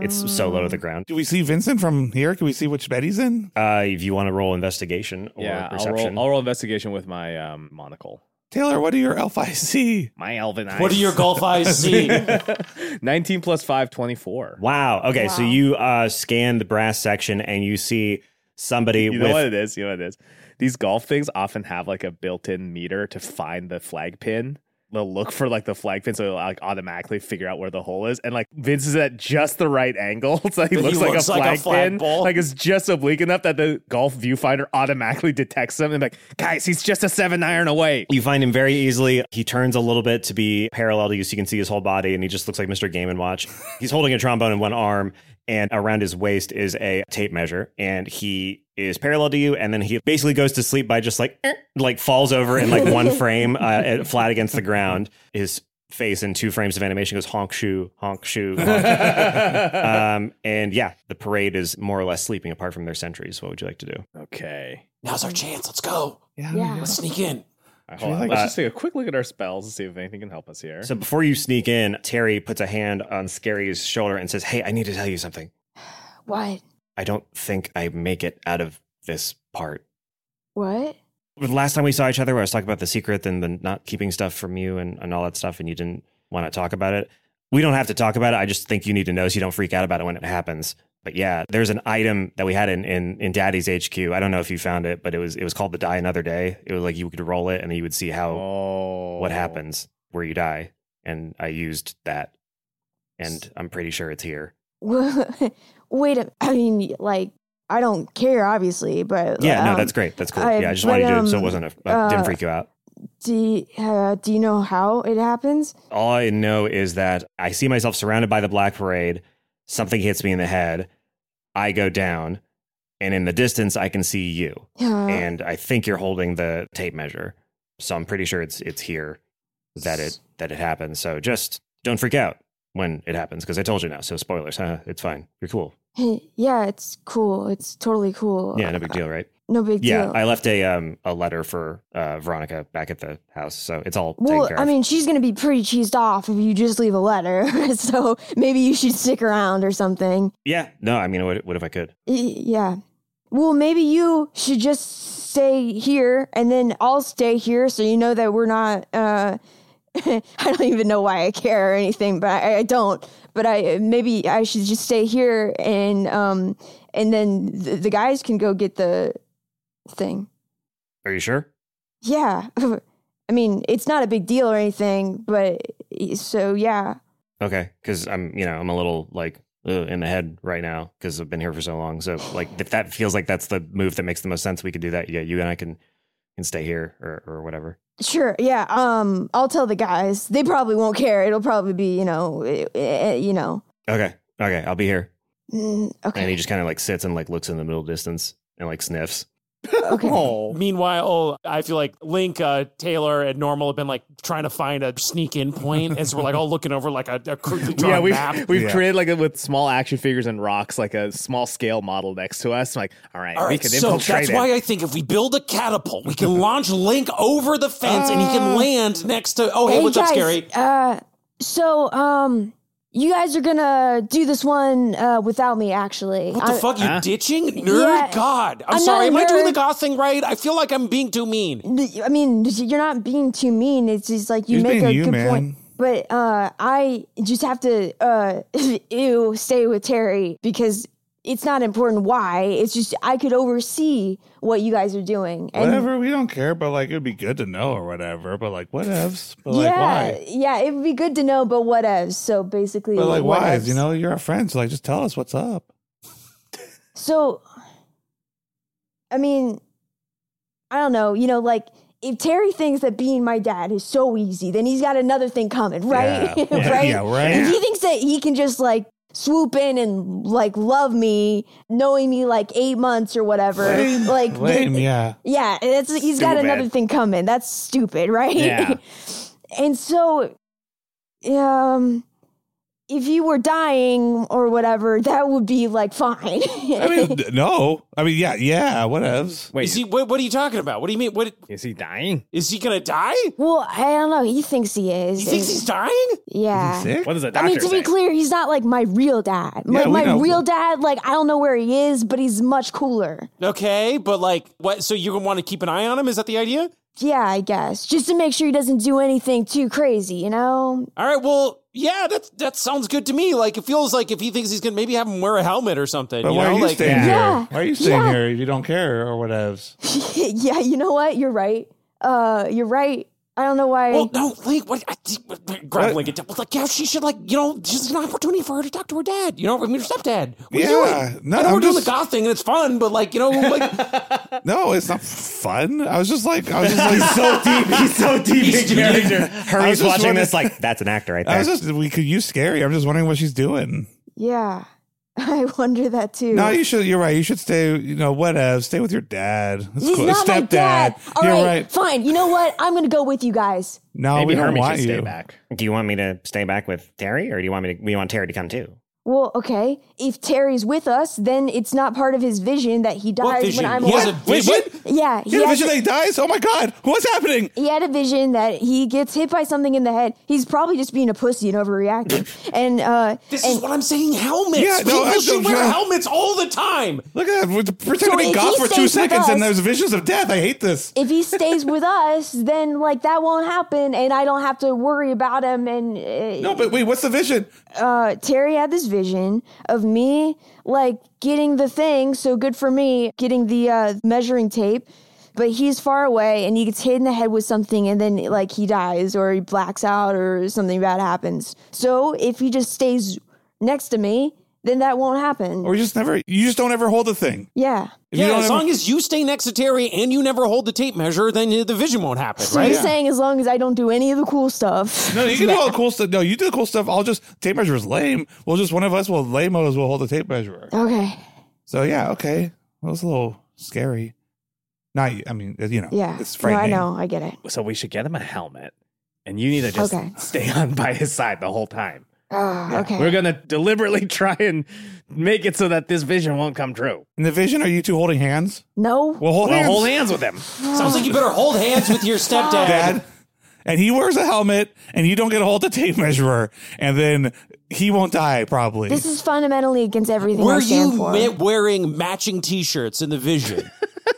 it's so low to the ground. Do we see Vincent from here? Can we see which bed he's in? Uh, if you want to roll investigation or yeah, I'll perception, roll, I'll roll investigation with my um, monocle. Taylor, what are your LIC? My elven eyes. What do your golf eyes see? 19 plus 5, 24. wow. Okay, so Wow. you uh, scan the brass section and you see somebody You know with what it is? You know what it is? These golf things often have like a built in meter to find the flag pin. They'll look for like the flag pin so they'll like automatically figure out where the hole is. And like Vince is at just the right angle. So he He looks, like, looks a like a flag flag pin. ball. Like it's just oblique enough that the golf viewfinder automatically detects him and like, guys, he's just a seven iron away. you find him very easily. He turns a little bit to be parallel to you, so you can see his whole body, and he just looks like Mr. Game and Watch. He's holding a trombone in one arm, and around his waist is a tape measure, and he is parallel to you, and then he basically goes to sleep by just like eh, like falls over in like one frame, uh, uh, flat against the ground. His face in two frames of animation goes honk shoe, honk shoe. honk. um, and yeah, the parade is more or less sleeping apart from their sentries. What would you like to do? Okay. Now's our chance. Let's go. Yeah. Let's sneak in. All right, Should hold we, on. like, Let's uh, just take a quick look at our spells and see if anything can help us here. So before you sneak in, Terry puts a hand on Scary's shoulder and says, "Hey, I need to tell you something. What? I don't think I make it out of this part." What? The last time we saw each other, I was talking about the secret and the not keeping stuff from you and, and all that stuff, and you didn't want to talk about it. We don't have to talk about it. I just think you need to know so you don't freak out about it when it happens. But yeah, there's an item that we had in, in, in Daddy's HQ. I don't know if you found it, but it was it was called the Die Another Day. It was like you could roll it and then you would see how oh. what happens where you die and i used that and i'm pretty sure it's here Wait a. I mean, like, I don't care, obviously, but yeah no um, that's great that's cool I- yeah i just but, wanted to do it so it um, wasn't a, uh, didn't uh, freak you out Do you, uh, do you know how it happens? all i know is that i see myself surrounded by the black parade something hits me in the head i go down and in the distance i can see you Uh, and i think you're holding the tape measure so i'm pretty sure it's it's here that it that it happens so just don't freak out when it happens because i told you now so spoilers huh it's fine you're cool yeah, it's cool. It's totally cool. yeah no big deal right No big Yeah, deal. I left a um a letter for uh, Veronica back at the house, so it's all taken well, care I of. mean, she's gonna be pretty cheesed off if you just leave a letter. so maybe you should stick around or something. yeah, no, I mean, what, what if I could? Y- yeah. Well, maybe you should just stay here, and then I'll stay here, so you know that we're not uh, I don't even know why I care or anything, but I, I don't. But I maybe I should just stay here and um and then the, the guys can go get the thing. Are you sure? Yeah. I mean, it's not a big deal or anything, but so yeah. Okay, because I'm, you know, I'm a little like ugh, in the head right now because I've been here for so long. So like, if that feels like that's the move that makes the most sense, we can do that. Yeah, you and I can can stay here or or whatever. Sure. Yeah. Um I'll tell the guys. They probably won't care. It'll probably be, you know, eh, eh, you know. Okay, okay, I'll be here. Mm, And okay. he just kind of like sits and like looks in the middle distance and like sniffs. okay. Meanwhile, I feel like Link, uh, Taylor, and Normal have been like trying to find a sneak in point as we're like all looking over like a, a crudely drawn yeah, we've map. we've Yeah. created like a, with small action figures and rocks, like a small scale model next to us. like, all right, All we right, can so infiltrate that's it. why I think if we build a catapult, we can launch Link over the fence and he can land next to. Oh, hey, what's Uh, guys, up, Scary? Uh so um you guys are gonna do this one uh without me actually. What the I- fuck? You Huh? ditching? Nerd uh, Yeah. God. I'm, I'm not sorry. a Am I doing nerd. the goth thing right? I feel like I'm being too mean. I mean, you're not being too mean. It's just like you He's make being a you, good man. point. But uh, I just have to uh, ew, stay with Terry because it's not important why. It's just I could oversee what you guys are doing. And whatever, we don't care, but like it'd be good to know or whatever. But like whatevs. But like yeah, why? yeah, it would be good to know, but whatevs. So basically, But like why? whatevs. You know, you're our friends. like just tell us what's up. So, I mean, I don't know. You know, like if Terry thinks that being my dad is so easy, then he's got another thing coming, right? Yeah. right? Yeah, right. If he thinks that he can just like swoop in and like love me, knowing me like eight months or whatever, like Lame, th- yeah. yeah, that's he's got Stupid. another thing coming. That's stupid, right? Yeah. and so, um, if you were dying or whatever, that would be like fine. I mean, d- no. I mean, yeah, yeah, whatevs. Wait, Is he? What, what are you talking about? What do you mean? What is he dying? is he gonna die? well, I don't know. He thinks he is. He thinks he's dying. yeah. Sick? What does a I doctor mean, to say? be clear, he's not like my real dad. Yeah, Like we my know. real dad, like I don't know where he is, but he's much cooler. Okay, but like, what? So you want to keep an eye on him? Is that the idea? Yeah, I guess just to make sure he doesn't do anything too crazy, you know. All right. Well, yeah, that that sounds good to me. Like, it feels like if he thinks he's gonna maybe have him wear a helmet or something. But you why know, are you like, staying Yeah. here? Why are you staying Yeah. here if you don't care or whatevs? yeah, you know what? You're right. Uh, you're right. I don't know why. Well, no, Link. What? I, think- what- what- grab Link. And, well, like, yeah, she should like, you know, this is an opportunity for her to talk to her dad. You know, I mean, her stepdad. What are you Yeah, doing? no, I know I'm we're doing just- the goth thing and it's fun, but like, you know, like, No, it's not fun. I was just like, I was just like, So deep, he's so deep in character. I Hurry's was just watching wondering- this like that's an actor right I there. was just, we could use scary. I'm just wondering what she's doing. yeah, I wonder that too. No, you should. You're right. You should stay. You know, whatever. Stay with your dad. It's He's cool. not my dad. All you're right, right. fine. You know what? I'm gonna go with you guys. No, Maybe we don't Hermie want should you. stay back. do you want me to stay back with Terry, or do you want me to? We want Terry to come too. Well, okay. If Terry's with us, then it's not part of his vision that he dies what vision? when I'm He has a away. Wait, vision? what? Yeah, He had a has- vision that he dies. Oh my god, what's happening? he had a vision that he gets hit by something in the head. He's probably just being a pussy and overreacting. and uh, This and is what I'm saying. Helmets. Yeah, no, People I'm should so wear drunk. helmets all the time. Look at that. We're pretending So to be if goth he for stays two with seconds, us- and there's visions of death. I hate this. if he stays with us, then like that won't happen, and I don't have to worry about him. And uh, No, but wait, what's the vision? uh, Terry had this vision of me like getting the thing, so good for me, getting the uh, measuring tape. But he's far away and he gets hit in the head with something, and then like he dies or he blacks out or something bad happens. So if he just stays next to me, then that won't happen. Or you just never. You just don't ever hold the thing. yeah. If you yeah, don't as ever- long as you stay next to Terry and you never hold the tape measure, then the vision won't happen, So right? you're saying as long as I don't do any of the cool stuff. No, you can do all the cool stuff. No, you do the cool stuff. I'll just tape measure is lame. We'll just one of us will lame us will hold the tape measure. Okay. So yeah, okay. That was a little scary. Not I mean, uh, you know, Yeah. it's no, I frightening. know. I get it. So we should get him a helmet, and you need to just Okay. stay on by his side the whole time. Oh, okay. We're gonna deliberately try and make it so that this vision won't come true. In the vision, are you two holding hands? no. Well, hold Well, hands, hold hands with him. Sounds like you better hold hands with your stepdad. Dad. And he wears a helmet, and you don't get a hold of the tape measurer, and then he won't die probably. this is fundamentally against everything I Were stand you for. ma- wearing matching T-shirts in the vision?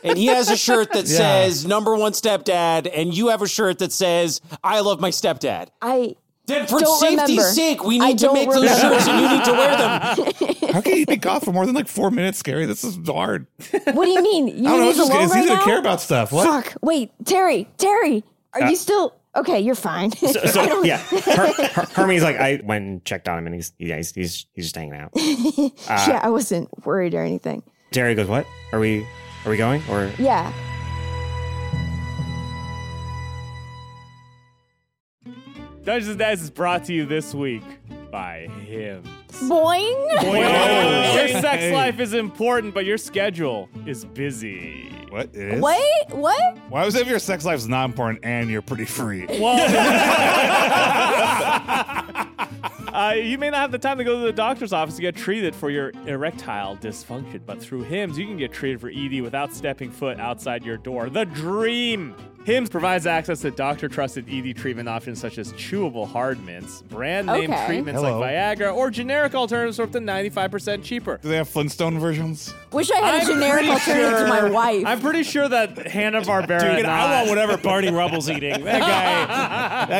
and he has a shirt that Yeah. says number one stepdad, and you have a shirt that says I love my stepdad. I Then for Don't safety's remember. sake, we I need to don't make those remember. shirts and you need to wear them. How can you be gone for more than like four minutes, Scary? This is hard. What do you mean? You I don't know. leave It's just alone it's right easy to now? care about stuff. What? Uh, Fuck. Wait, Terry. Terry, are you still okay? You're fine. I So don't- yeah, Her, Her, Hermie's like I went and checked on him, and he's yeah, he's he's, he's just hanging out. yeah, I wasn't worried or anything. Terry goes, "What are we? Are we going?" Or Yeah. Dungeons and Dice is brought to you this week by him. Boing. Your sex Hey. life is important, but your schedule is busy. What it is? Wait, what? Why was it if your sex life's not important and you're pretty free? Uh, you may not have the time to go to the doctor's office to get treated for your erectile dysfunction, but through HIMS, you can get treated for ED without stepping foot outside your door. The dream! HIMS provides access to doctor trusted ED treatment options such as chewable hard mints, brand name Okay. treatments Hello. like Viagra, or generic alternatives for up to 95% cheaper. Do they have Flintstone versions? Wish I had a generic pretty alternative to my sure- wife. I'm pretty sure that Hanna Barbera. Dude, I want whatever Barney Rubble's eating. That guy,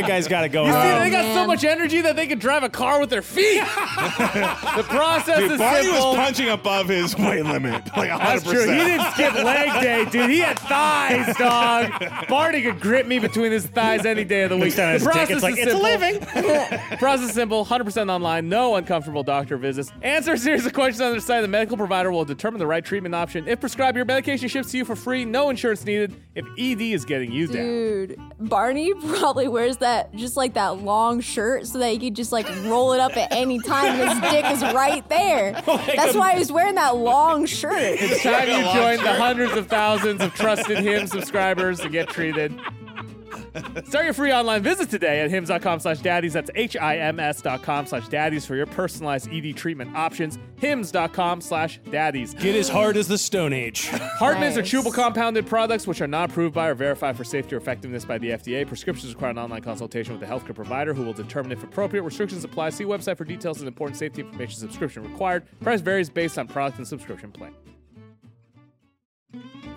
that guy's got to go. Um, they home. got so man. much energy that they could drive a car with their feet. the process is Barney simple. was punching above his weight limit, like 100. That's true. He didn't skip leg day, dude. He had thighs, dog. Barney could grip me between his thighs any day of the week. Looks down at his The dick, process it's like, is "It's a simple. process is simple. 100% online. No uncomfortable doctor visits. Answer a series of questions on their site. The medical provider will determine the right treatment option. If prescribed, your medication ships to you for free. No insurance needed. If ED is getting you down. Dude, Barney probably wears that just like that long shirt so that he could just like roll it up at any time. and His dick is right there. Oh That's why he's wearing that long shirt. It's time you join the hundreds of thousands of trusted Hims subscribers to get treated. Start your free online visit today at hims.com slash daddies. That's H-I-M-S dot com slash daddies for your personalized ED treatment options. Hims.com slash daddies. Get as hard as the Stone Age. Hardmans Nice. are chewable compounded products which are not approved by or verified for safety or effectiveness by the FDA. Prescriptions require an online consultation with a healthcare provider who will determine if appropriate. Restrictions apply. See website for details and important safety information. Subscription required. Price varies based on product and subscription plan.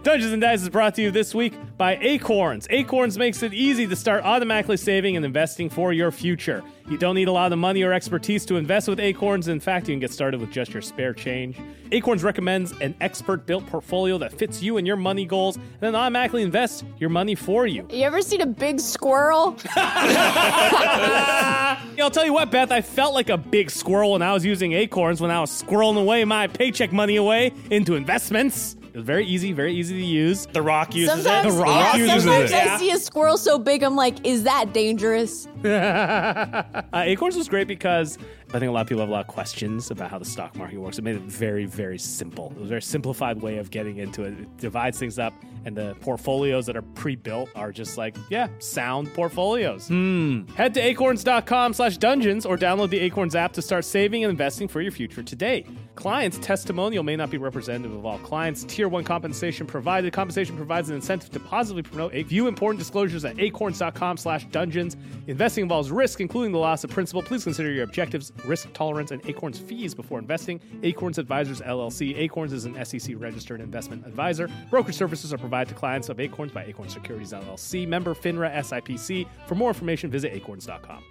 Dungeons and Dice is brought to you this week by Acorns. Acorns makes it easy to start automatically saving and investing for your future. You don't need a lot of money or expertise to invest with Acorns. In fact, you can get started with just your spare change. Acorns recommends an expert built portfolio that fits you and your money goals and then automatically invests your money for you. You ever seen a big squirrel? Yeah, I'll tell you what, Beth, I felt like a big squirrel when I was using Acorns when I was squirreling away my paycheck money away into investments. It was very easy, very easy to use. The Rock uses Sometimes, it. yeah, Rock uses sometimes it. I Yeah. see a squirrel so big, I'm like, is that dangerous? Uh, Acorns was great because I think a lot of people have a lot of questions about how the stock market works. It made it very, very simple. It was a very simplified way of getting into it. It divides things up, and the portfolios that are pre-built are just like, yeah, sound portfolios. Head to acorns.com slash dungeons or download the Acorns app to start saving and investing for your future today. Clients' testimonial may not be representative of all clients. Tier 1 compensation provided. Compensation provides an incentive to positively promote a view important disclosures at acorns.com slash dungeons. Investing involves risk, including the loss of principal. Please consider your objectives, risk tolerance, and Acorns fees before investing. Acorns Advisors LLC. Acorns is an SEC registered investment advisor. Brokerage services are provided to clients of Acorns by Acorns Securities LLC, member FINRA SIPC. For more information, visit acorns.com.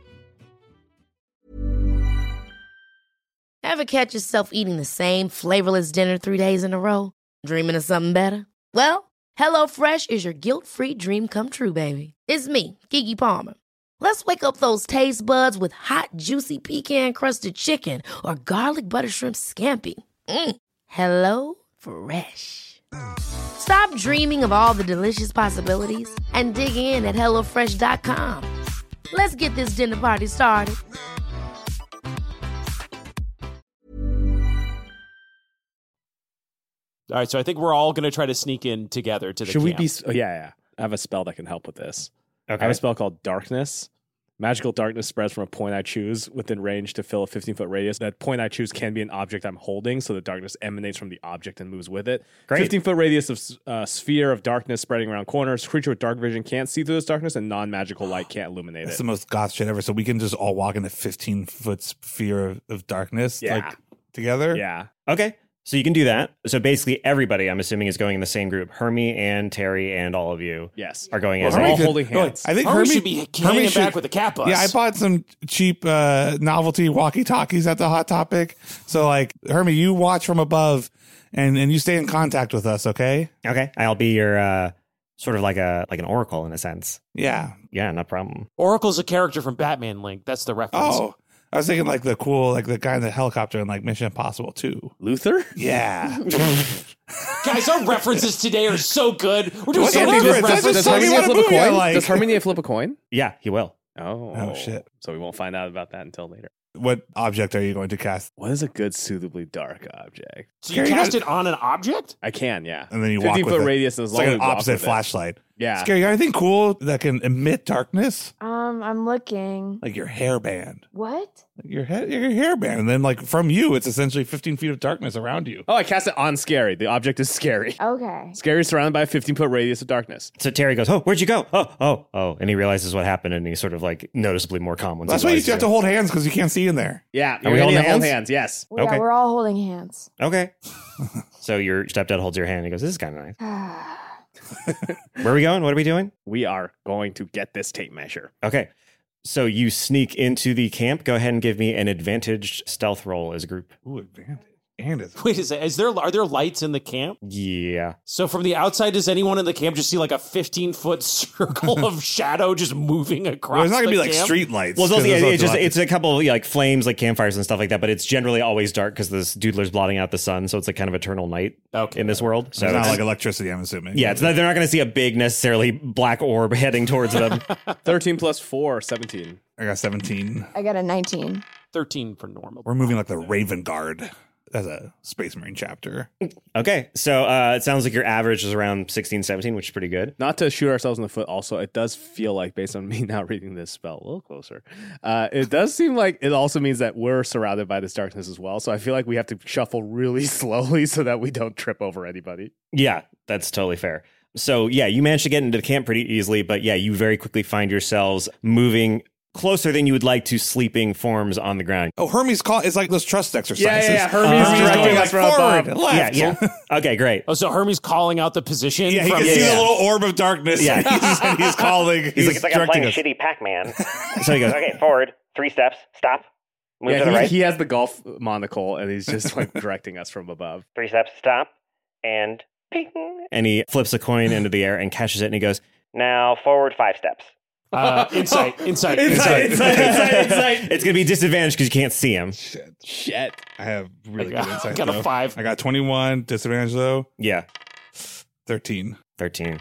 Ever catch yourself eating the same flavorless dinner three days in a row? Dreaming of something better? Well, HelloFresh is your guilt free dream come true, baby. It's me, Kiki Palmer. Let's wake up those taste buds with hot, juicy pecan crusted chicken or garlic butter shrimp scampi. Mm. Hello Fresh. Stop dreaming of all the delicious possibilities and dig in at HelloFresh.com. Let's get this dinner party started. All right, so I think we're all going to try to sneak in together to the Should we camp. be? s- Oh, yeah, yeah. I have a spell that can help with this. I okay, have a spell called Darkness. Magical darkness spreads from a point I choose within range to fill a 15 foot radius. That point I choose can be an object I'm holding, so the darkness emanates from the object and moves with it. Great. 15 foot radius of s- uh, sphere of darkness spreading around corners. Creature with dark vision can't see through this darkness, and non magical light can't illuminate it. That's the most goth shit ever. So we can just all walk in a 15 foot sphere of, of darkness, Yeah. like together. yeah. okay. So you can do that. So basically, everybody, I'm assuming, is going in the same group. Hermie and Terry and all of you, yes, are going Well, as Hermie a- could- Holding hands. I think Hermie Hermie should be carrying Hermie it back with the kappas. Yeah, I bought some cheap uh, novelty walkie talkies at the Hot Topic. So, like, Hermie, you watch from above and, and you stay in contact with us, okay? Okay, I'll be your uh, sort of like a like an oracle in a sense. Yeah. yeah, no problem. Oracle's a character from Batman Link. That's the reference. Oh, I was thinking like the cool, like the guy in the helicopter in like Mission Impossible 2. Luther? Yeah. Guys, our references today are so good. We're doing What's so the many good difference? I references. just Does saw Hermie you need to on a flip a movie I coin? like. Does Hermie need to flip a coin? Yeah, he will. Oh. Oh, shit. So we won't find out about that until later. What object are you going to cast? What is a good suitably dark object? So you cast it on an object? I can, yeah. And then you 15 walk foot with it. radius as It's long like as an we walk opposite with it. flashlight. Yeah. Scary, you got anything cool that can emit darkness? Um, I'm looking. Like your hairband. What? Your head, your hairband. And then, like, from you, it's essentially 15 feet of darkness around you. Oh, I cast it on Scary. The object is scary. Okay. Scary is surrounded by a 15 foot radius of darkness. So Terry goes, "Oh, where'd you go? Oh, oh, oh!" And he realizes what happened, and he's sort of like noticeably more calm. Once he That's why you realizes have to it. hold hands because you can't see in there. Yeah. we gonna holding need to hold hands? hands? Yes. Well, Yeah, Okay. we're all holding hands. Okay. so your stepdad holds your hand and he goes, This is kind of nice. Ah. Where are we going? What are we doing? We are going to get this tape measure. Okay. So you sneak into the camp. Go ahead and give me an advantaged stealth roll as a group. Ooh, advantage. And it's Wait a second. Is there are there lights in the camp? Yeah. So from the outside, does anyone in the camp just see like a 15 foot circle of shadow just moving across? Well, there's not the gonna be like camp? street lights. Well, it's, 'cause also, there's lots it's just of it's a couple of, yeah, like flames, like campfires and stuff like that. But it's generally always dark because this doodler's blotting out the sun, so it's like kind of eternal night Okay. in this world. So It's not it's- like electricity, I'm assuming. yeah, it's not, they're not going to see a big necessarily black orb heading towards them. 13 plus 4, 17. I got 17. I got a 19. 13 for normal. We're moving like the Raven Guard. That's a Space Marine chapter. okay, so uh, it sounds like your average is around 16, 17, which is pretty good. Not to shoot ourselves in the foot, also, it does feel like, based on me now reading this spell a little closer, uh, it does seem like it also means that we're surrounded by this darkness as well. So I feel like we have to shuffle really slowly so that we don't trip over anybody. Yeah, that's totally fair. So, yeah, you managed to get into the camp pretty easily, but yeah, you very quickly find yourselves moving closer than you would like to sleeping forms on the ground. Oh, Hermes call It's like those trust exercises. yeah, Hermes Hermes directing going us like from forward, above. left. Yeah, yeah. okay, great. Oh, so Hermes calling out the position. Yeah, he from- can see the little orb of darkness. Yeah. he's, and he's calling. He's, directing us. shitty Pac-Man. So he goes, okay, forward, three steps, stop, move yeah, he, he has the golf monocle and he's just like directing us from above. three steps, stop, and ping. and he flips a coin into the air and catches it, and he goes, Now forward five steps. uh, insight, Oh, Insight, insight, insight. insight, insight, insight. It's going to be disadvantaged because you can't see him. Shit. I have really I good got- insight. got a though. five. I got 21, disadvantage though, Yeah, 13. 13.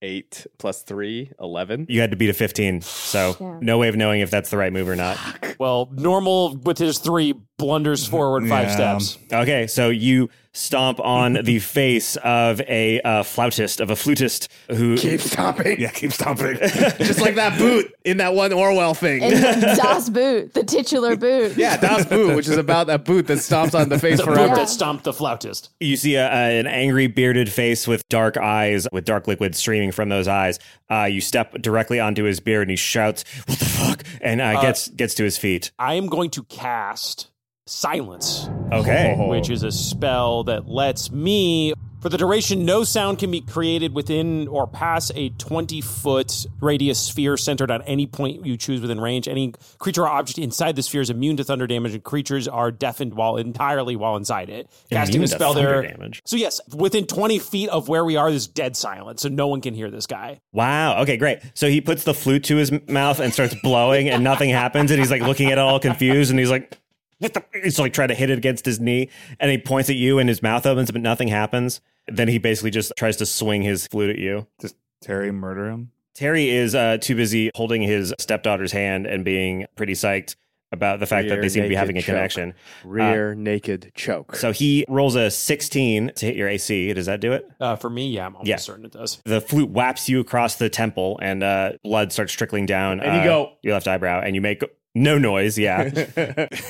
8 plus 3, 11. You had to beat a 15, so Yeah. no way of knowing if that's the right move or not. Well, normal with his three blunders forward five Yeah. steps. Okay, so you stomp on the face of a uh, flautist, of a flutist who stomping. Yeah, keep stomping. Just like that boot in that one Orwell thing. And Das Boot, the titular boot. yeah, Das Boot, which is about that boot that stomps on the face The boot forever. that stomped the flautist. You see a, a, an angry bearded face with dark eyes, with dark liquid streaming from those eyes. Uh, you step directly onto his beard, and he shouts, "What the fuck!" and uh, gets gets to his feet. I am going to cast silence. Okay, which is a spell that lets me, for the duration, no sound can be created within or past a 20 foot radius sphere centered on any point you choose within range. Any creature or object inside the sphere is immune to thunder damage, and creatures are deafened while entirely while inside it. Casting Immune a to spell thunder there. damage. So, yes, within 20 feet of where we are, there's dead silence, so no one can hear this guy. Wow. Okay, great. So he puts the flute to his m- mouth and starts blowing, and nothing happens. And he's like looking at it all confused, and he's like, "What the?" He's like trying to hit it against his knee, and he points at you, and his mouth opens, but nothing happens. Then he basically just tries to swing his flute at you. Does Terry murder him? Terry is uh, too busy holding his stepdaughter's hand and being pretty psyched about the fact that Rear they seem to be naked having a choke. connection. Rear naked choke. So he rolls a 16 to hit your AC. Does that do it? Uh, for me, yeah, I'm almost Yeah. certain it does. The flute whaps you across the temple, and uh, blood starts trickling down. And you uh, go- your left eyebrow, and you make no noise. Yeah.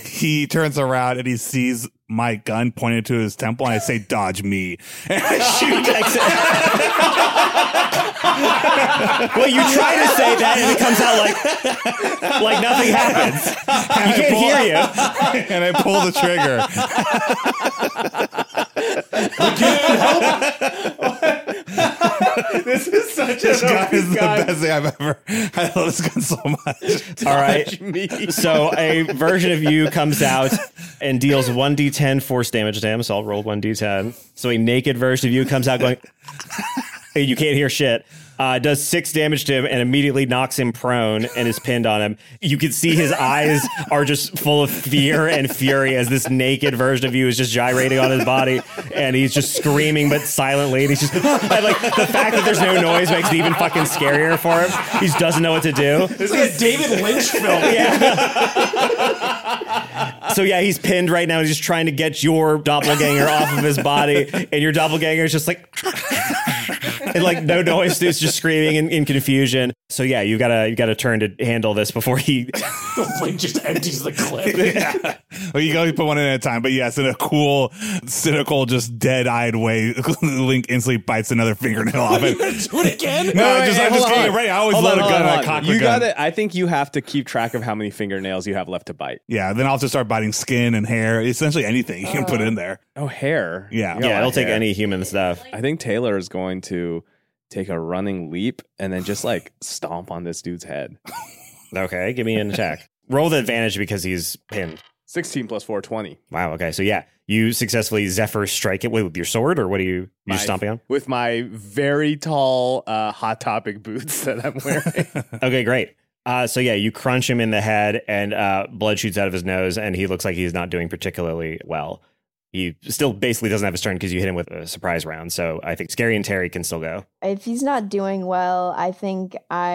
He turns around and he sees my gun pointed to his temple, and I say, "Dodge me!" And I shoot. well, you try to say that, and it comes out like like nothing happens. You I can't pull- hear you. and I pull the trigger. this guy is the best thing I've ever. I love this guy so much. All right. so a version of you comes out and deals 1d10 force damage to him. So I'll roll 1d10. So a naked version of you comes out going, "Hey, you can't hear shit. Uh, does six damage to him and immediately knocks him prone and is pinned on him. You can see his eyes are just full of fear and fury as this naked version of you is just gyrating on his body and he's just screaming but silently. And he's just and, like the fact that there's no noise makes it even fucking scarier for him. He just doesn't know what to do. This is a David Lynch film. So yeah, he's pinned right now. He's just trying to get your doppelganger off of his body, and your doppelganger is just like, and like no noise, dude's just screaming in, in confusion. So yeah, you gotta you gotta turn to handle this before he. Link just empties the clip. Well, you gotta put one in at a time. But yes, in a cool, cynical, just dead-eyed way, Link instantly bites another fingernail off it. Do it again? No, I'm just- I'm just getting it ready. I always Hold load on, a hold gun and on, I hold on. cock the You gun. gotta. I think you have to keep track of how many fingernails you have left to bite. Yeah, then I'll just start biting skin and hair, essentially anything you can put in there. Oh, hair. Yeah. You got a lot it'll of take hair. any human stuff. I think Taylor is going to take a running leap and then just like stomp on this dude's head. Okay, give me an attack. Roll the advantage because he's pinned. 16 plus 4, 20. Wow. Okay. So yeah, you successfully Zephyr strike it Wait, with your sword, or what are you you stomping on? With my very tall uh, Hot Topic boots that I'm wearing. okay, great. Uh, so yeah, you crunch him in the head, and uh, blood shoots out of his nose, and he looks like he's not doing particularly well. He still basically doesn't have his turn because you hit him with a surprise round. So I think Scary and Terry can still go. If he's not doing well, I think I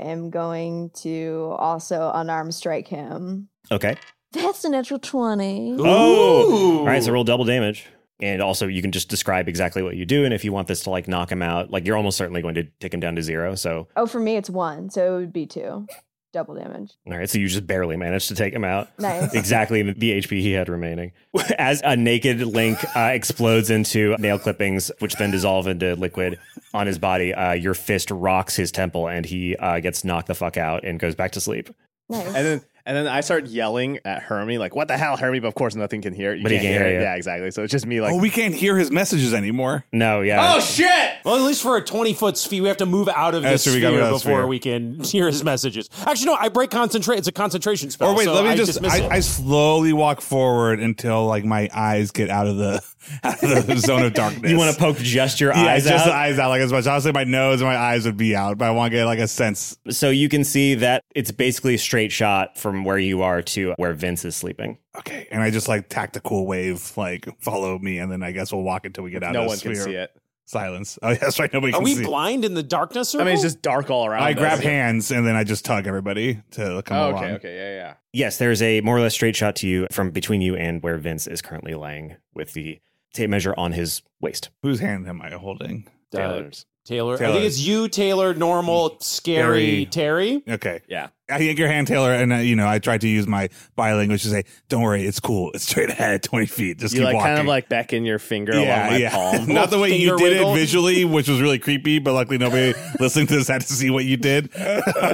am going to also unarmed strike him. Okay. That's a natural 20. Oh, all right. So roll double damage, and also you can just describe exactly what you do, and if you want this to like knock him out, like you're almost certainly going to take him down to zero. So Oh, for me, it's one, so it would be two. Double damage. All right, so you just barely managed to take him out. Nice. exactly the HP he had remaining. As a naked Link uh, explodes into nail clippings, which then dissolve into liquid on his body, uh, your fist rocks his temple and he uh, gets knocked the fuck out and goes back to sleep. And then and then I start yelling at Hermie, like, what the hell, Hermie? But of course, nothing can hear it. You But he can't hear it. you. Yeah, exactly. So it's just me, like, oh, we can't hear his messages anymore. No, Oh shit! Well, at least for a twenty foot sphere, we have to move out of That's this true, we got sphere rid of before the sphere. we can hear his messages. Actually, no, I break concentrate. It's a concentration spell. Or wait, so let me I just. dismiss I, it. I slowly walk forward until like my eyes get out of the out of the zone of darkness. You want to poke just your yeah, eyes just out? the eyes out like as much. Honestly, my nose and my eyes would be out, but I want to get like a sense. So you can see that it's basically a straight shot from where you are to where Vince is sleeping. Okay. And I just like tactical wave, like follow me, and then I guess we'll walk until we get out. No of one the can sphere. see it. Silence. Oh, yeah, that's right. Nobody Are can we see. it. blind in the darkness? Circle? I mean, it's just dark all around. I us. grab hands and then I just tug everybody to come Oh, along. okay, okay, yeah, yeah. Yes, there's a more or less straight shot to you from between you and where Vince is currently laying with the tape measure on his waist. Whose hand am I holding? Taylor's. Taylor. I Taylor. think it's you, Taylor. Normal, scary, Terry. Okay. Yeah. I yank your hand, Taylor, and uh, you know I tried to use my body language to say, "Don't worry, it's cool. It's straight ahead, twenty feet. Just you keep like walking." kind of like beck in your finger along my palm. Not the way you Finger did wiggle. it visually, which was really creepy, but luckily nobody listening to this had to see what you did.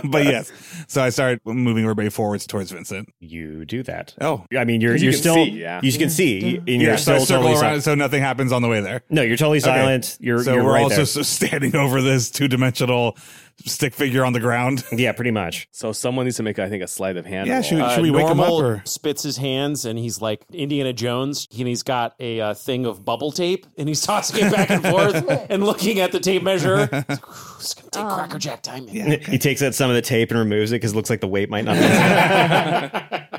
but yes, so I started moving everybody forwards towards Vincent. You do that. Oh, I mean, you're 'Cause you you're can still see, yeah. you can see, and yeah, you're so I still circle totally around silent. so nothing happens on the way there. No, you're totally silent. You're- so you're we're right also there. s- standing over this two dimensional stick figure on the ground. Yeah, pretty much. So someone needs to make, I think, a sleight of hand. Yeah, roll. Uh, should- should we wake him Uh, Normal up, or- spits his hands and he's like Indiana Jones and he's got a uh, thing of bubble tape and he's tossing it back and forth and looking at the tape measure. It's gonna take Cracker Jack Diamond. He takes out some of the tape and removes it because it looks like the weight might not. be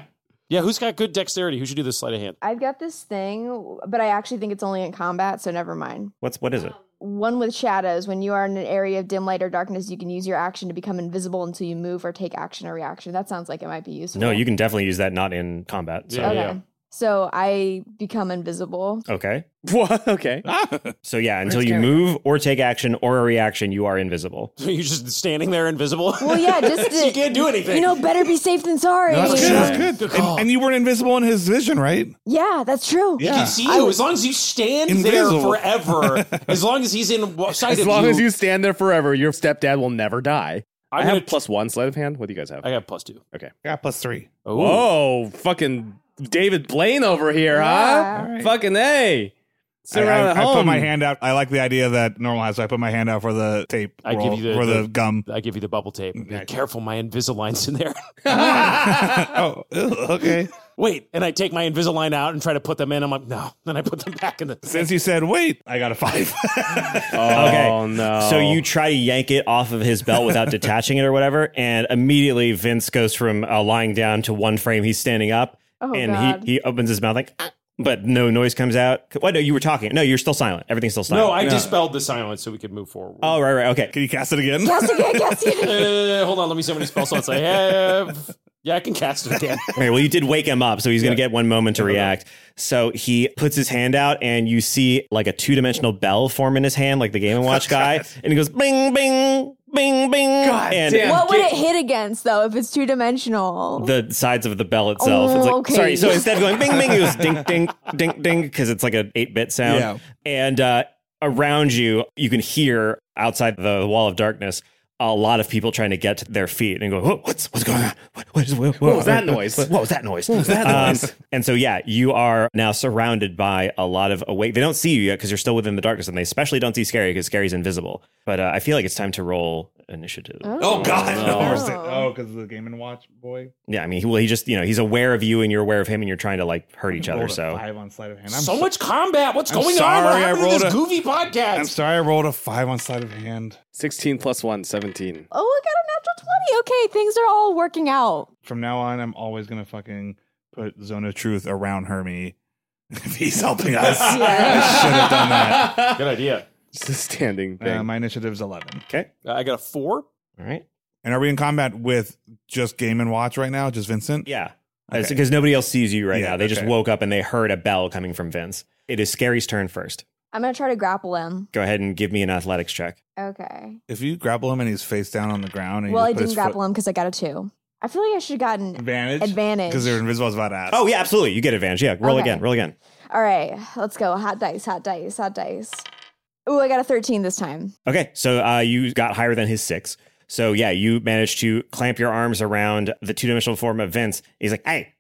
Yeah, who's got good dexterity? Who should do this sleight of hand? I've got this thing, but I actually think it's only in combat, so never mind. What's what is it? One with shadows. When you are in an area of dim light or darkness, you can use your action to become invisible until you move or take action or reaction. That sounds like it might be useful. No, you can definitely use that not in combat. So. okay. So I become invisible. Okay. What? Okay. So yeah, until Where's you Gary? move or take action or a reaction, you are invisible. So you're just standing there invisible. Well, yeah, just to, you can't do anything. You know, better be safe than sorry. That's good. That's good. And, and you weren't invisible in his vision, right? Yeah, that's true. He can He Yeah. can see I you was- as long as you stand Invisible. there forever. as long as he's in wa- sight As of long you. as you stand there forever, your stepdad will never die. i I'm have gonna- plus one sleight of hand. What do you guys have? I have plus two. Okay. I got plus three. Oh, Whoa, fucking David Blaine over here, huh? Fucking A. Sit I- around I, at I put home. my hand out. I like the idea that normal has. So I put my hand out for the tape. I roll- give you the, for the, gum. I give you the bubble tape. Be careful, my Invisalign's in there. oh, okay. Wait, and I take my Invisalign out and try to put them in. I'm like, no. Then I put them back in the. Since you said wait, I got a five. Uh, Oh, okay. no. So you try to yank it off of his belt without detaching it or whatever, and immediately Vince goes from uh, lying down to one frame. He's standing up, Oh, and God. he he opens his mouth like, "Ah," but no noise comes out. What? No, you were talking. No, you're still silent. Everything's still silent. No, I dispelled the silence so we could move forward. Oh right, right, okay. Can you cast it again? Uh, hold on, let me see how many spell slots I have. Yeah, I can cast it again. Okay, well, you did wake him up, so he's going to get one moment to react. So he puts his hand out, and you see like a two dimensional bell form in his hand, like the Game and Oh, Watch guy, and he goes bing, bing, bing, bing. God and what would it hit against though if it's two dimensional? The sides of the bell itself. Oh, it's like, okay. Sorry. So instead of going bing, bing, it goes ding, ding, ding, ding, because it's like an eight bit sound. Yeah. And uh, around you, you can hear outside the wall of darkness. A lot of people trying to get to their feet and go, "Whoa, what's what's going on? What, what, is, what, What was that noise? What, what was that noise? What was that Um, noise? and so, yeah, you are now surrounded by a lot of awake. They don't see you yet because you're still within the darkness, and they especially don't see Scary because Scary's invisible. But uh, I feel like it's time to roll initiative. Oh God! No. Oh, because of the Game and Watch boy. Yeah, I mean, he, well, he just you know he's aware of you and you're aware of him, and you're trying to like hurt each other. Rolled a So five on sleight of hand. so, much combat. What's I'm going on? What sorry, I happened to this rolled a- goofy podcast? I'm sorry, I rolled a five on sleight of hand. 16 plus 1, 17. Oh, I got a natural 20. Okay, things are all working out. From now on, I'm always gonna fucking put Zone of Truth around Hermie if he's helping us. I should have done that. Good idea. It's a standing thing. my initiative's eleven. Okay, I got a four. All right. And are we in combat with just Game and Watch right now? Just Vincent? Yeah. Okay. because nobody else sees you right Yeah, now. They just okay. woke up and they heard a bell coming from Vince. It is Scary's turn first. I'm gonna try to grapple him. Go ahead and give me an athletics check. Okay. If you grapple him and he's face down on the ground, and well, I you just put didn't his grapple him because I got a two. I feel like I should have gotten Advantage? Advantage. because they're invisible. I was about to ask. Oh yeah, absolutely. You get advantage. Yeah, roll Okay. again. Roll again. All right, let's go. Hot dice, hot dice, hot dice. Ooh, I got a 13 this time. Okay, so uh, you got higher than his six. So yeah, you managed to clamp your arms around the two dimensional form of Vince. He's like, hey,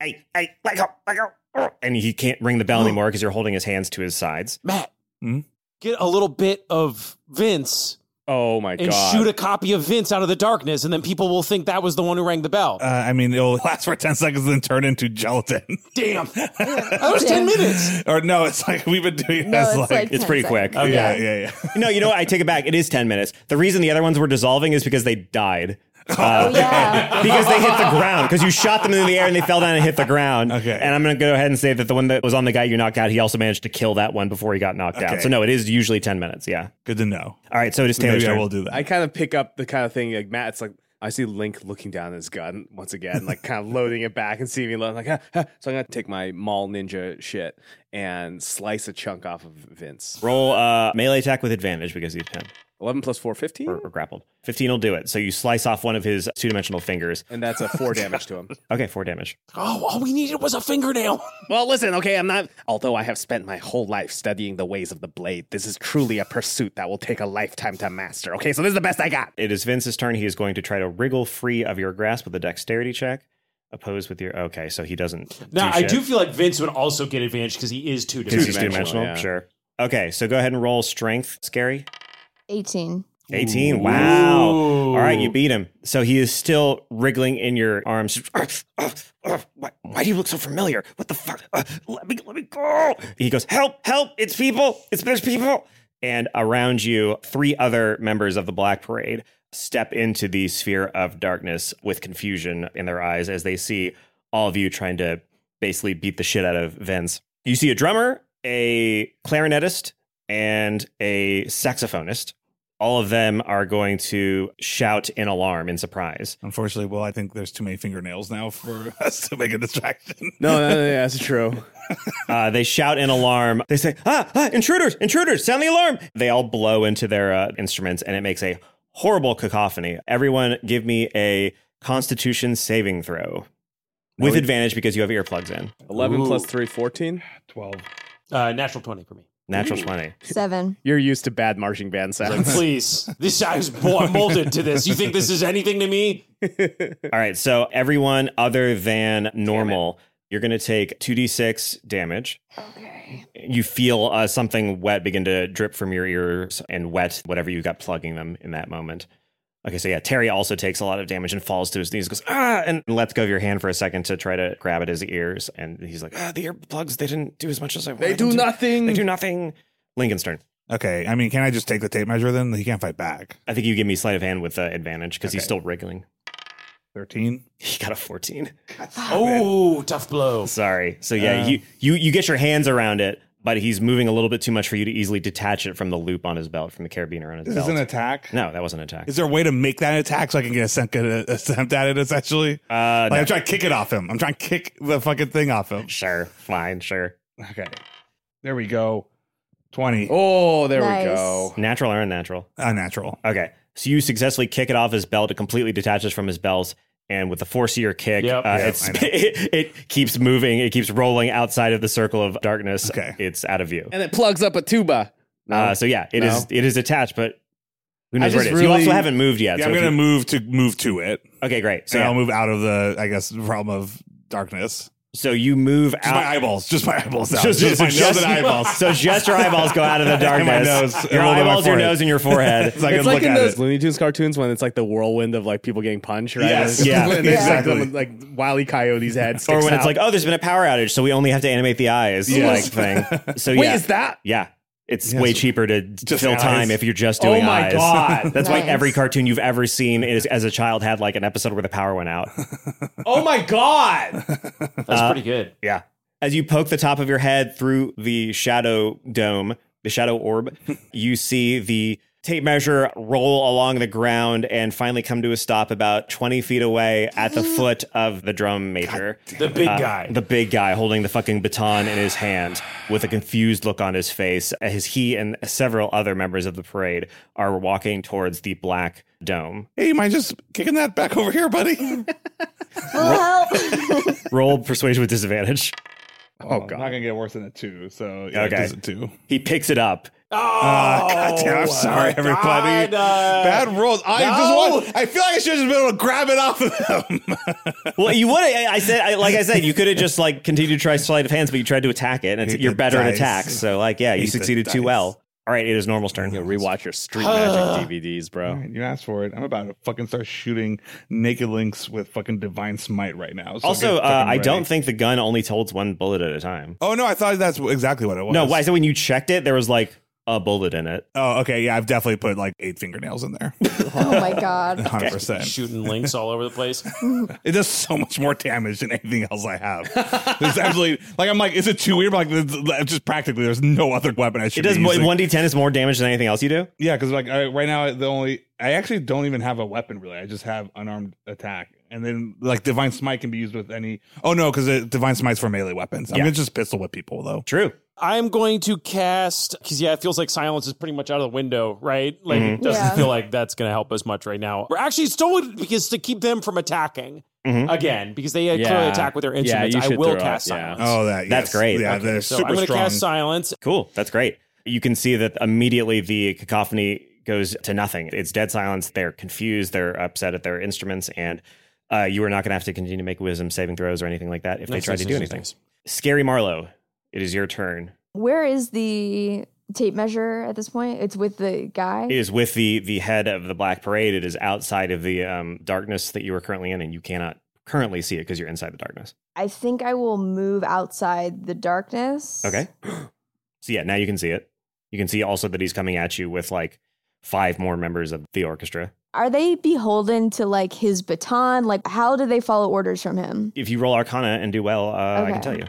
hey, hey, let go, let go. And he can't ring the bell anymore because you're holding his hands to his sides. Matt, Hmm? get a little bit of Vince. Oh my and God. shoot a copy of Vince out of the darkness, and then people will think that was the one who rang the bell. Uh, I mean, it'll last for ten seconds, then turn into gelatin. Damn, that was ten minutes. or no, it's like we've been doing No, this. it's like, like It's pretty quick. Yeah, yeah, yeah. no, you know what? I take it back. It is 10 minutes. The reason the other ones were dissolving is because they died. Oh. Oh, Uh, because they hit the ground. Because you shot them into the air and they fell down and hit the ground. Okay. And I'm going to go ahead and say that the one that was on the guy you knocked out, he also managed to kill that one before he got knocked Okay. out. So no, it is usually 10 minutes. Yeah. Good to know. All right. So it is Taylor's turn. I kind of pick up the kind of thing like Matt. It's like I see Link looking down at his gun once again, like kind of loading it back and seeing me load. Like, ah, ah. so I'm gonna take my mall ninja shit and slice a chunk off of Vince. Roll uh, melee attack with advantage because he's 10. 11 plus 4, 15? Or, or grappled. 15 will do it. So you slice off one of his two dimensional fingers. And that's a four damage to him. Okay, four damage. Oh, all we needed was a fingernail. Well, listen, okay, I'm not. Although I have spent my whole life studying the ways of the blade, this is truly a pursuit that will take a lifetime to master. Okay, so this is the best I got. It is Vince's turn. He is going to try to wriggle free of your grasp with a dexterity check. Opposed with your okay, so he doesn't. Now, do I shit. do feel like Vince would also get advantage because he is two Because dimensional. he's two-dimensional, Sure. Okay, so go ahead and roll strength. Scary. 18. 18. Wow. All right, you beat him. So he is still wriggling in your arms. Why, why do you look so familiar? What the fuck? Uh, let me let me go. He goes, "Help, help, it's people. It's there's people." And around you, three other members of the Black Parade step into the sphere of darkness with confusion in their eyes as they see all of you trying to basically beat the shit out of Vens. You see a drummer, a clarinetist, and a saxophonist. All of them are going to shout in alarm in surprise. Unfortunately, well, I think there's too many fingernails now for us to make a distraction. No, no, no, that's true. Uh, they shout in alarm. They say, ah, ah, intruders, intruders, sound the alarm. They all blow into their uh, instruments and it makes a horrible cacophony. Everyone give me a constitution saving throw with we- advantage because you have earplugs in. 11 plus 3, 14? 12. Uh, natural 20 for me. Natural Ooh. 20. Seven. You're used to bad marching band Like, sounds. please, this I was born molded to this. You think this is anything to me? All right. So everyone other than normal You're going to take 2d6 damage. Okay. You feel uh, something wet begin to drip from your ears and wet whatever you got plugging them in that moment. Okay, so yeah, Terry also takes a lot of damage and falls to his knees, goes, ah, and lets go of your hand for a second to try to grab at his ears. And he's like, ah, the earplugs, they didn't do as much as I wanted. They do them to. nothing. They do nothing. Lincoln's turn. Okay, I mean, can I just take the tape measure then? He can't fight back. I think you give me sleight of hand with uh, advantage because he's still wriggling. 13? He got a 14. Oh, tough blow. Sorry. So yeah, Uh. you, you you get your hands around it, but he's moving a little bit too much for you to easily detach it from the loop on his belt, from the carabiner on his This belt. is an attack? No, that wasn't an attack. Is there a way to make that an attack so I can get a sent- get a- attempt at it, essentially? Uh, like, I'm trying to kick it off him. I'm trying to kick the fucking thing off him. Sure, fine, sure. Okay. There we go. 20. Oh, there we Nice. go. Natural or unnatural? Unnatural. Okay. So you successfully kick it off his belt. It completely detaches from his belt. And with the force of your kick, Yep. uh, Yep, it's, I know. it, it keeps moving. It keeps rolling outside of the circle of darkness. Okay. It's out of view. And it plugs up a tuba. um, Uh, so yeah, it is No. it is attached, but who I knows where it just is? you also really- haven't moved yet. Yeah, so I'm if gonna you- move to move to it. Okay, great. So So yeah. I'll move out of the, I guess, realm of darkness. So you move just out my eyeballs, just my eyeballs out, Just- just, my just- nose and eyeballs. so just your eyeballs go out of the And my darkness. nose, and a Your little bit of my eyeballs, your forehead. nose, and your forehead. so I can it's like look in at those it. Looney Tunes cartoons when it's like the whirlwind of like people getting punched, right? Yes. And it's Yeah, and it's like exactly. someone- like Wile E. Coyote's head. or sticks when it's out. like, oh, there's been a power outage, so we only have to animate the eyes, Yes. like thing. So Wait, yeah, is that- yeah? It's Yes. way cheaper to Just fill eyes. time if you're just Oh doing my eyes. God. That's Nice. why every cartoon you've ever seen is as a child had like an episode where the power went out. oh my god, That's pretty good. Yeah. As you poke the top of your head through the shadow dome, the shadow orb, you see the tape measure roll along the ground and finally come to a stop about 20 feet away at the foot of the drum major. The big Uh, guy. The big guy holding the fucking baton in his hand with a confused look on his face as he and several other members of the parade are walking towards the black dome. Hey, you mind just kicking that back over here, buddy? Roll persuasion with disadvantage. Oh, God. I'm not gonna get worse than a two. So yeah, Okay. just a two. He picks it up. Oh, God damn, I'm sorry, everybody. uh, Bad rolls. I just want. I feel like I should have been able to grab it off of him. well, you would. I I said, I, like I said, you could have just like continued to try sleight of hands, but you tried to attack it, and it's, Hate you're the better at dice. attacks. So, like, yeah, you Hate the succeeded too dice. well. All right, it is normal's turn. rewatch your Street Magic DVDs, bro. you asked for it. I'm about to fucking start shooting naked links with fucking divine smite right now. So also, get uh, fucking I don't ready. think the gun only holds one bullet at a time. Oh no, I thought that's exactly what it was. No, why? So when you checked it, there was like a bullet in it. Oh, okay. Yeah, I've definitely put like eight fingernails in there. Oh my god. 100%. Shooting links all over the place. It does so much more damage than anything else I have. There's absolutely like I'm like, is it too weird? But like, it's- just practically, there's no other weapon I It should. does be using. one d ten is more damage than anything else you do. Yeah, because like I, right now, the only I actually don't even have a weapon really. I just have unarmed attack, and then like divine smite can be used with any. Oh no, because divine smite's for melee weapons. I'm Yeah. gonna just pistol whip people though. True. I'm going to cast because yeah, it feels like silence is pretty much out of the window, right? Like Mhm. it doesn't Yeah. feel like that's going to help us much right now. Or actually, it's totally because to keep them from attacking Mhm. again because they uh, clearly Yeah. attack with their Yeah, instruments. you I should will throw it, cast yeah. silence. Oh, that- That's yes. great. Yeah, they're so super I'm gonna strong. cast silence. Cool. That's great. You can see that immediately the cacophony goes to nothing. It's dead silence. They're confused. They're upset at their instruments. And uh, you are not going to have to continue to make wisdom saving throws or anything like that if they Nice, try nice, to do nice, anything. Scary Marlowe, it is your turn. Where is the tape measure at this point? It's with the guy. It is with the the head of the Black Parade. It is outside of the um, darkness that you are currently in, and you cannot currently see it because you're inside the darkness. I think I will move outside the darkness. Okay. So yeah, now you can see it. You can see also that he's coming at you with like five more members of the orchestra. Are they beholden to like his baton? Like, how do they follow orders from him? If you roll Arcana and do well, uh, I Okay. can tell you.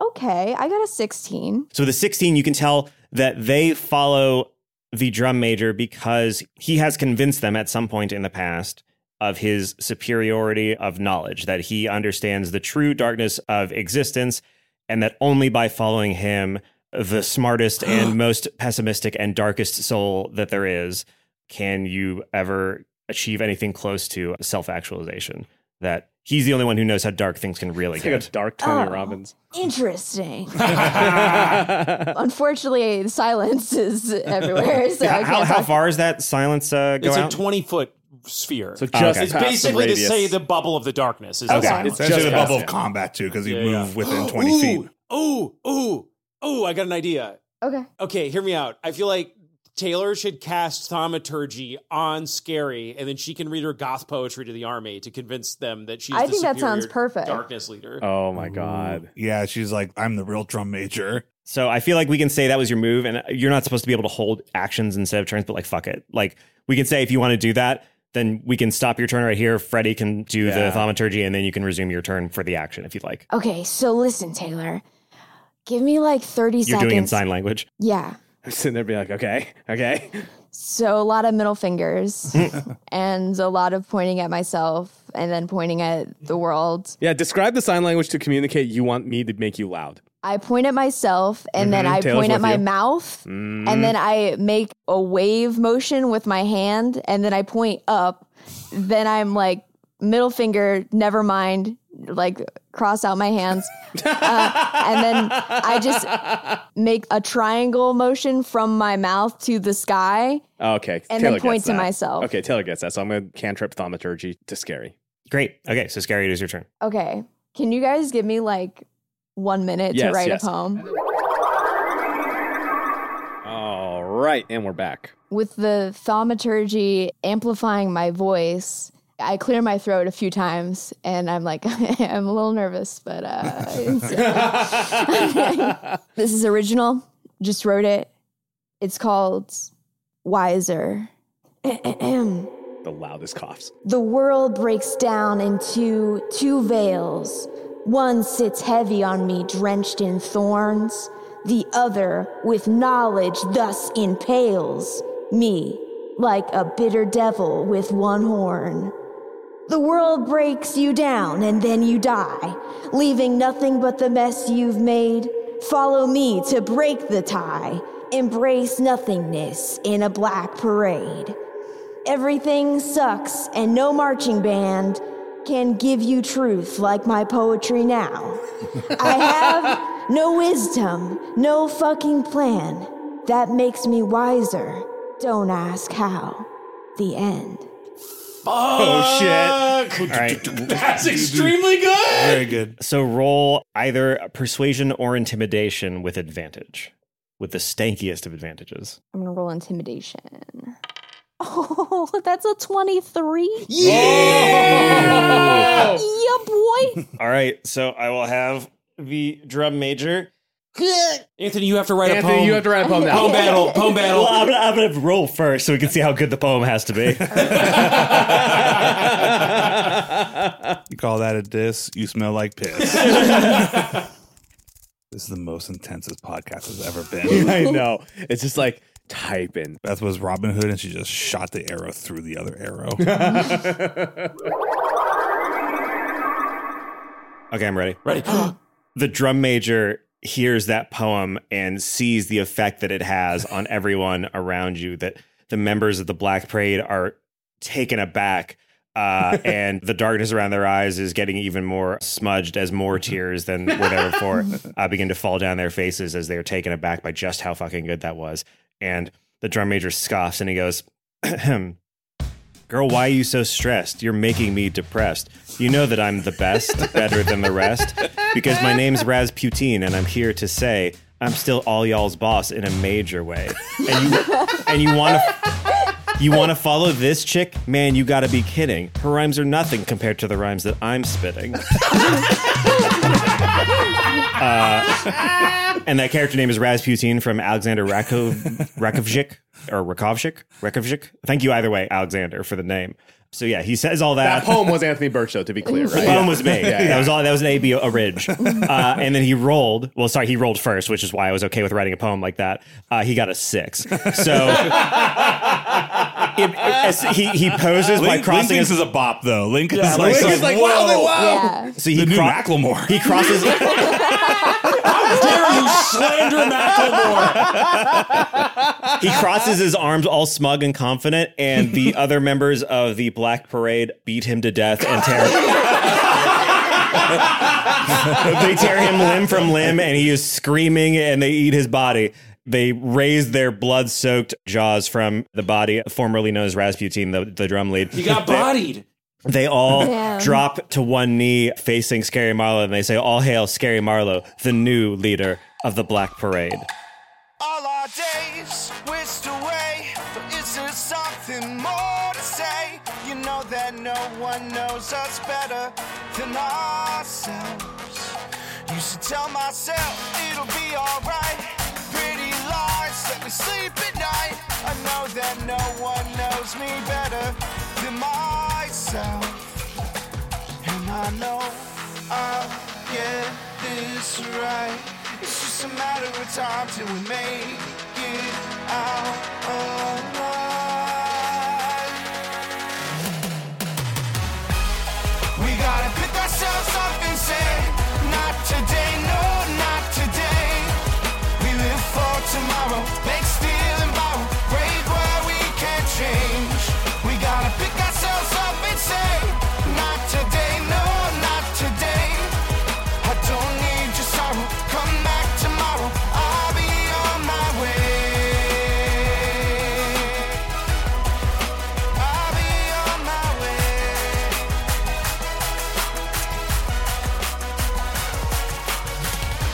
Okay, I got a 16. So with the 16, you can tell that they follow the drum major because he has convinced them at some point in the past of his superiority of knowledge, that he understands the true darkness of existence, and that only by following him, the smartest and most pessimistic and darkest soul that there is, can you ever achieve anything close to self actualization. That he's the only one who knows how dark things can really It's get. like a dark Tony Oh. Robbins. Interesting. Unfortunately, the silence is everywhere. So I how, can't how talk. far is that silence uh, go It's a out? 20 foot sphere. So just it's past the basically to radius. say the bubble of the darkness. Is Okay. That's It's actually the bubble of combat too, because you move within twenty feet. Oh, oh, oh! I got an idea. Okay. Okay, hear me out. I feel like Taylor should cast thaumaturgy on Scary, and then she can read her goth poetry to the army to convince them that she's. I the think that sounds superior perfect. Darkness leader. Oh my god. Yeah, she's like, I'm the real drum major. So I feel like we can say that was your move, and you're not supposed to be able to hold actions instead of turns, but like fuck it. Like we can say if you want to do that, then we can stop your turn right here. Freddy can do Yeah. the thaumaturgy, and then you can resume your turn for the action if you'd like. Okay, so listen, Taylor. Give me like 30 You're seconds. doing it in sign language. Yeah. I'm sitting there being like, okay, okay. So a lot of middle fingers and a lot of pointing at myself and then pointing at the world. Yeah, describe the sign language to communicate you want me to make you loud. I point at myself and then Mhm, I Taylor's point at with my you. Mm-hmm. mouth and then I make a wave motion with my hand and then I point up. Then I'm like middle finger, never mind, like cross out my hands. Uh, and then I just make a triangle motion from my mouth to the sky. Okay. And then Taylor gets point to that. myself. Okay, Taylor gets that. So I'm going to cantrip thaumaturgy to Scary. Great. Okay, so Scary, it is your turn. Okay. Can you guys give me like one minute to Yes, write yes. a poem All right, and we're back. with the thaumaturgy amplifying my voice? I clear my throat a few times and I'm like, I'm a little nervous, but uh, it's- this is original. Just wrote it. It's called Wiser. The loudest coughs. The world breaks down into two veils. One sits heavy on me, drenched in thorns. The other, with knowledge, thus impales me, like a bitter devil with one horn. The world breaks you down and then you die, leaving nothing but the mess you've made. Follow me to break the tie. Embrace nothingness in a black parade. Everything sucks, and no marching band can give you truth like my poetry now. I have no wisdom, no fucking plan. That makes me wiser. Don't ask how. The end. Uh, Oh, shit. All right. That's extremely good. Very good. So roll either persuasion or intimidation with advantage, with the stankiest of advantages. I'm gonna roll intimidation. Oh, that's a 23. Yeah! yeah, boy. All right, so I will have the drum major. Anthony, you have to write a Anthony, poem. you have to write a poem now. Poem battle, poem battle. Well, I'm, gonna- I'm going to roll first so we can see how good the poem has to be. You call that a diss? You smell like piss. this is the most intensest podcast has ever been. I know. It's just like typing. Beth was Robin Hood, and she just shot the arrow through the other arrow. Okay, I'm ready. Ready. the drum major hears that poem and sees the effect that it has on everyone around you, that the members of the Black Parade are taken aback. Uh, and the darkness around their eyes is getting even more smudged as more tears than were there before uh, begin to fall down their faces as they are taken aback by just how fucking good that was. And the drum major scoffs and he goes, Girl, why are you so stressed? You're making me depressed. You know that I'm the best, better than the rest, because my name's Rasputin, and I'm here to say I'm still all y'all's boss in a major way. And you, and you want to, you want to follow this chick? Man, you got to be kidding. Her rhymes are nothing compared to the rhymes that I'm spitting. Uh, and that character name is Rasputin from Alexander Rakov, Rakovchik or Rakovchik. Rakovchik. Thank you either way, Alexander, for the name. So yeah, he says all That that. poem was Anthony Birch, though, to be clear, The right? poem was me. Yeah, That yeah. was all. That was an AB Ridge. Uh, and then he rolled. Well, sorry, he rolled first, which is why I was okay with writing a poem like that. Uh, he got a six. So it- as he he poses by Link, Link crossing thinks his. is a bop though. Link Yeah, is Link like, is like, wow, wow, wow. So he the new cro- Macklemore. He crosses. How dare you slander Macklemore? he crosses his arms all smug and confident, and the other members of the Black Parade beat him to death and tear. they tear him limb from limb, and he is screaming, and they eat his body. They raise their blood soaked jaws from the body, formerly known as Rasputin, the, the drum lead. He got They- bodied. They all Damn. drop to one knee facing Scary Marlowe and they say, All hail Scary Marlowe, the new leader of the Black Parade. All our days whisked away. But is there something more to say? You know that no one knows us better than ourselves. You should tell myself it'll be alright. Pretty lies let me sleep at night. I know that no one knows me better than myself. And I know I'll get this right. It's just a matter of time till we make it out alive. We gotta pick ourselves up and say, not today, no, not today. We live for tomorrow, make, steal, and borrow, break where we can't change. We gotta pick ourselves up and say, not today, no, not today. I don't need your sorrow, come back tomorrow, I'll be on my way. I'll be on my way.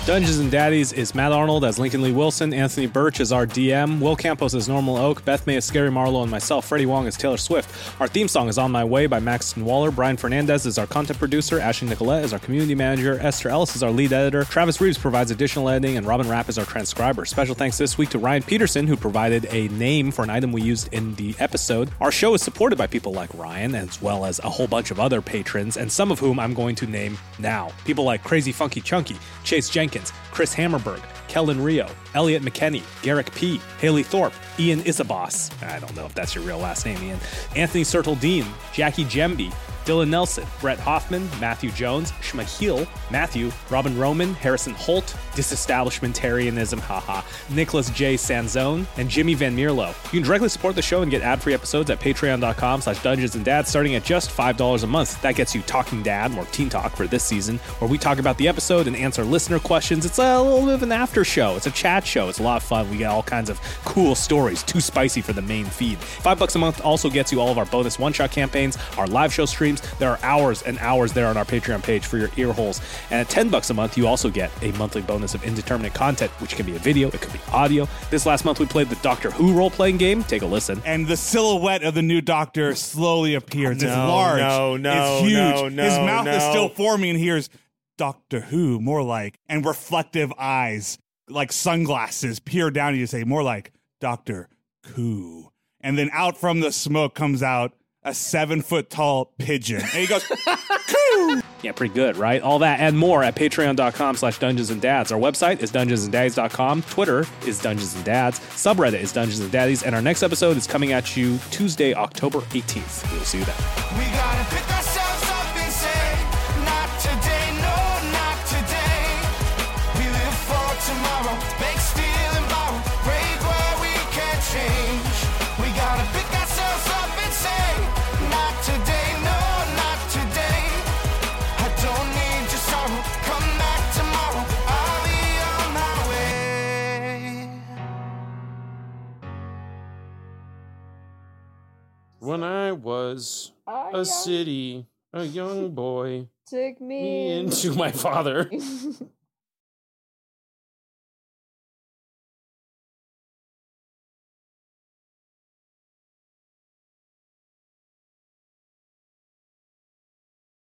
Dungeons and Daddies is Matt Arnold as Lincoln Lee Wilson, Anthony Birch is our DM, Will Campos is Normal Oak, Beth May is Scary Marlowe, and myself, Freddie Wong, is Taylor Swift. Our theme song is On My Way by Maxton Waller, Brian Fernandez is our content producer, Ashley Nicolette is our community manager, Esther Ellis is our lead editor, Travis Reeves provides additional editing, and Robin Rapp is our transcriber. Special thanks this week to Ryan Peterson, who provided a name for an item we used in the episode. Our show is supported by people like Ryan, as well as a whole bunch of other patrons, and some of whom I'm going to name now. People like Crazy Funky Chunky, Chase Jenkins, Chris Hammerberg, Kellen Rio, Elliot McKenney, Garrick P., Haley Thorpe, Ian Isaboss, I don't know if that's your real last name, Ian, Anthony Sertle Dean, Jackie Gemby, Dylan Nelson, Brett Hoffman, Matthew Jones, Shmahil, Matthew, Robin Roman, Harrison Holt, Disestablishmentarianism, haha, Nicholas J. Sanzone, and Jimmy Van Mierlo. You can directly support the show and get ad-free episodes at patreon.com slash dungeons and dads starting at just $5 a month. That gets you Talking Dad, more Teen Talk for this season, where we talk about the episode and answer listener questions. It's a little bit of an after show. It's a chat show. It's a lot of fun. We get all kinds of cool stories, too spicy for the main feed. Five bucks a month also gets you all of our bonus one-shot campaigns, our live show streams. There are hours and hours there on our Patreon page for your ear holes. And at 10 bucks a month, you also get a monthly bonus of indeterminate content, which can be a video, it could be audio. This last month we played the Doctor Who role-playing game. Take a listen. And the silhouette of the new doctor slowly appears. it's No, large. no, no, It's huge. no, no, His mouth is no. still forming. and hears Doctor Who, more like, and reflective eyes, like sunglasses, peer down at you and say, more like Doctor Who. And then out from the smoke comes out a seven foot tall pigeon. And he goes, Yeah, pretty good, right? All that and more at patreon.com slash dungeons and dads. Our website is dungeonsanddaddies.com. Twitter is dungeons and dads. Subreddit is dungeons and daddies. And our next episode is coming at you Tuesday, October 18th. We'll see you then. We gotta pick ourselves up and say, not today, no, not today. We live for tomorrow, make, steal, and borrow, break where we can't change. We gotta pick ourselves up and say, not today, no, not today. I don't need your sorrow, come back tomorrow, I'll be on my way. When I was a city, a young boy, Took me into my father.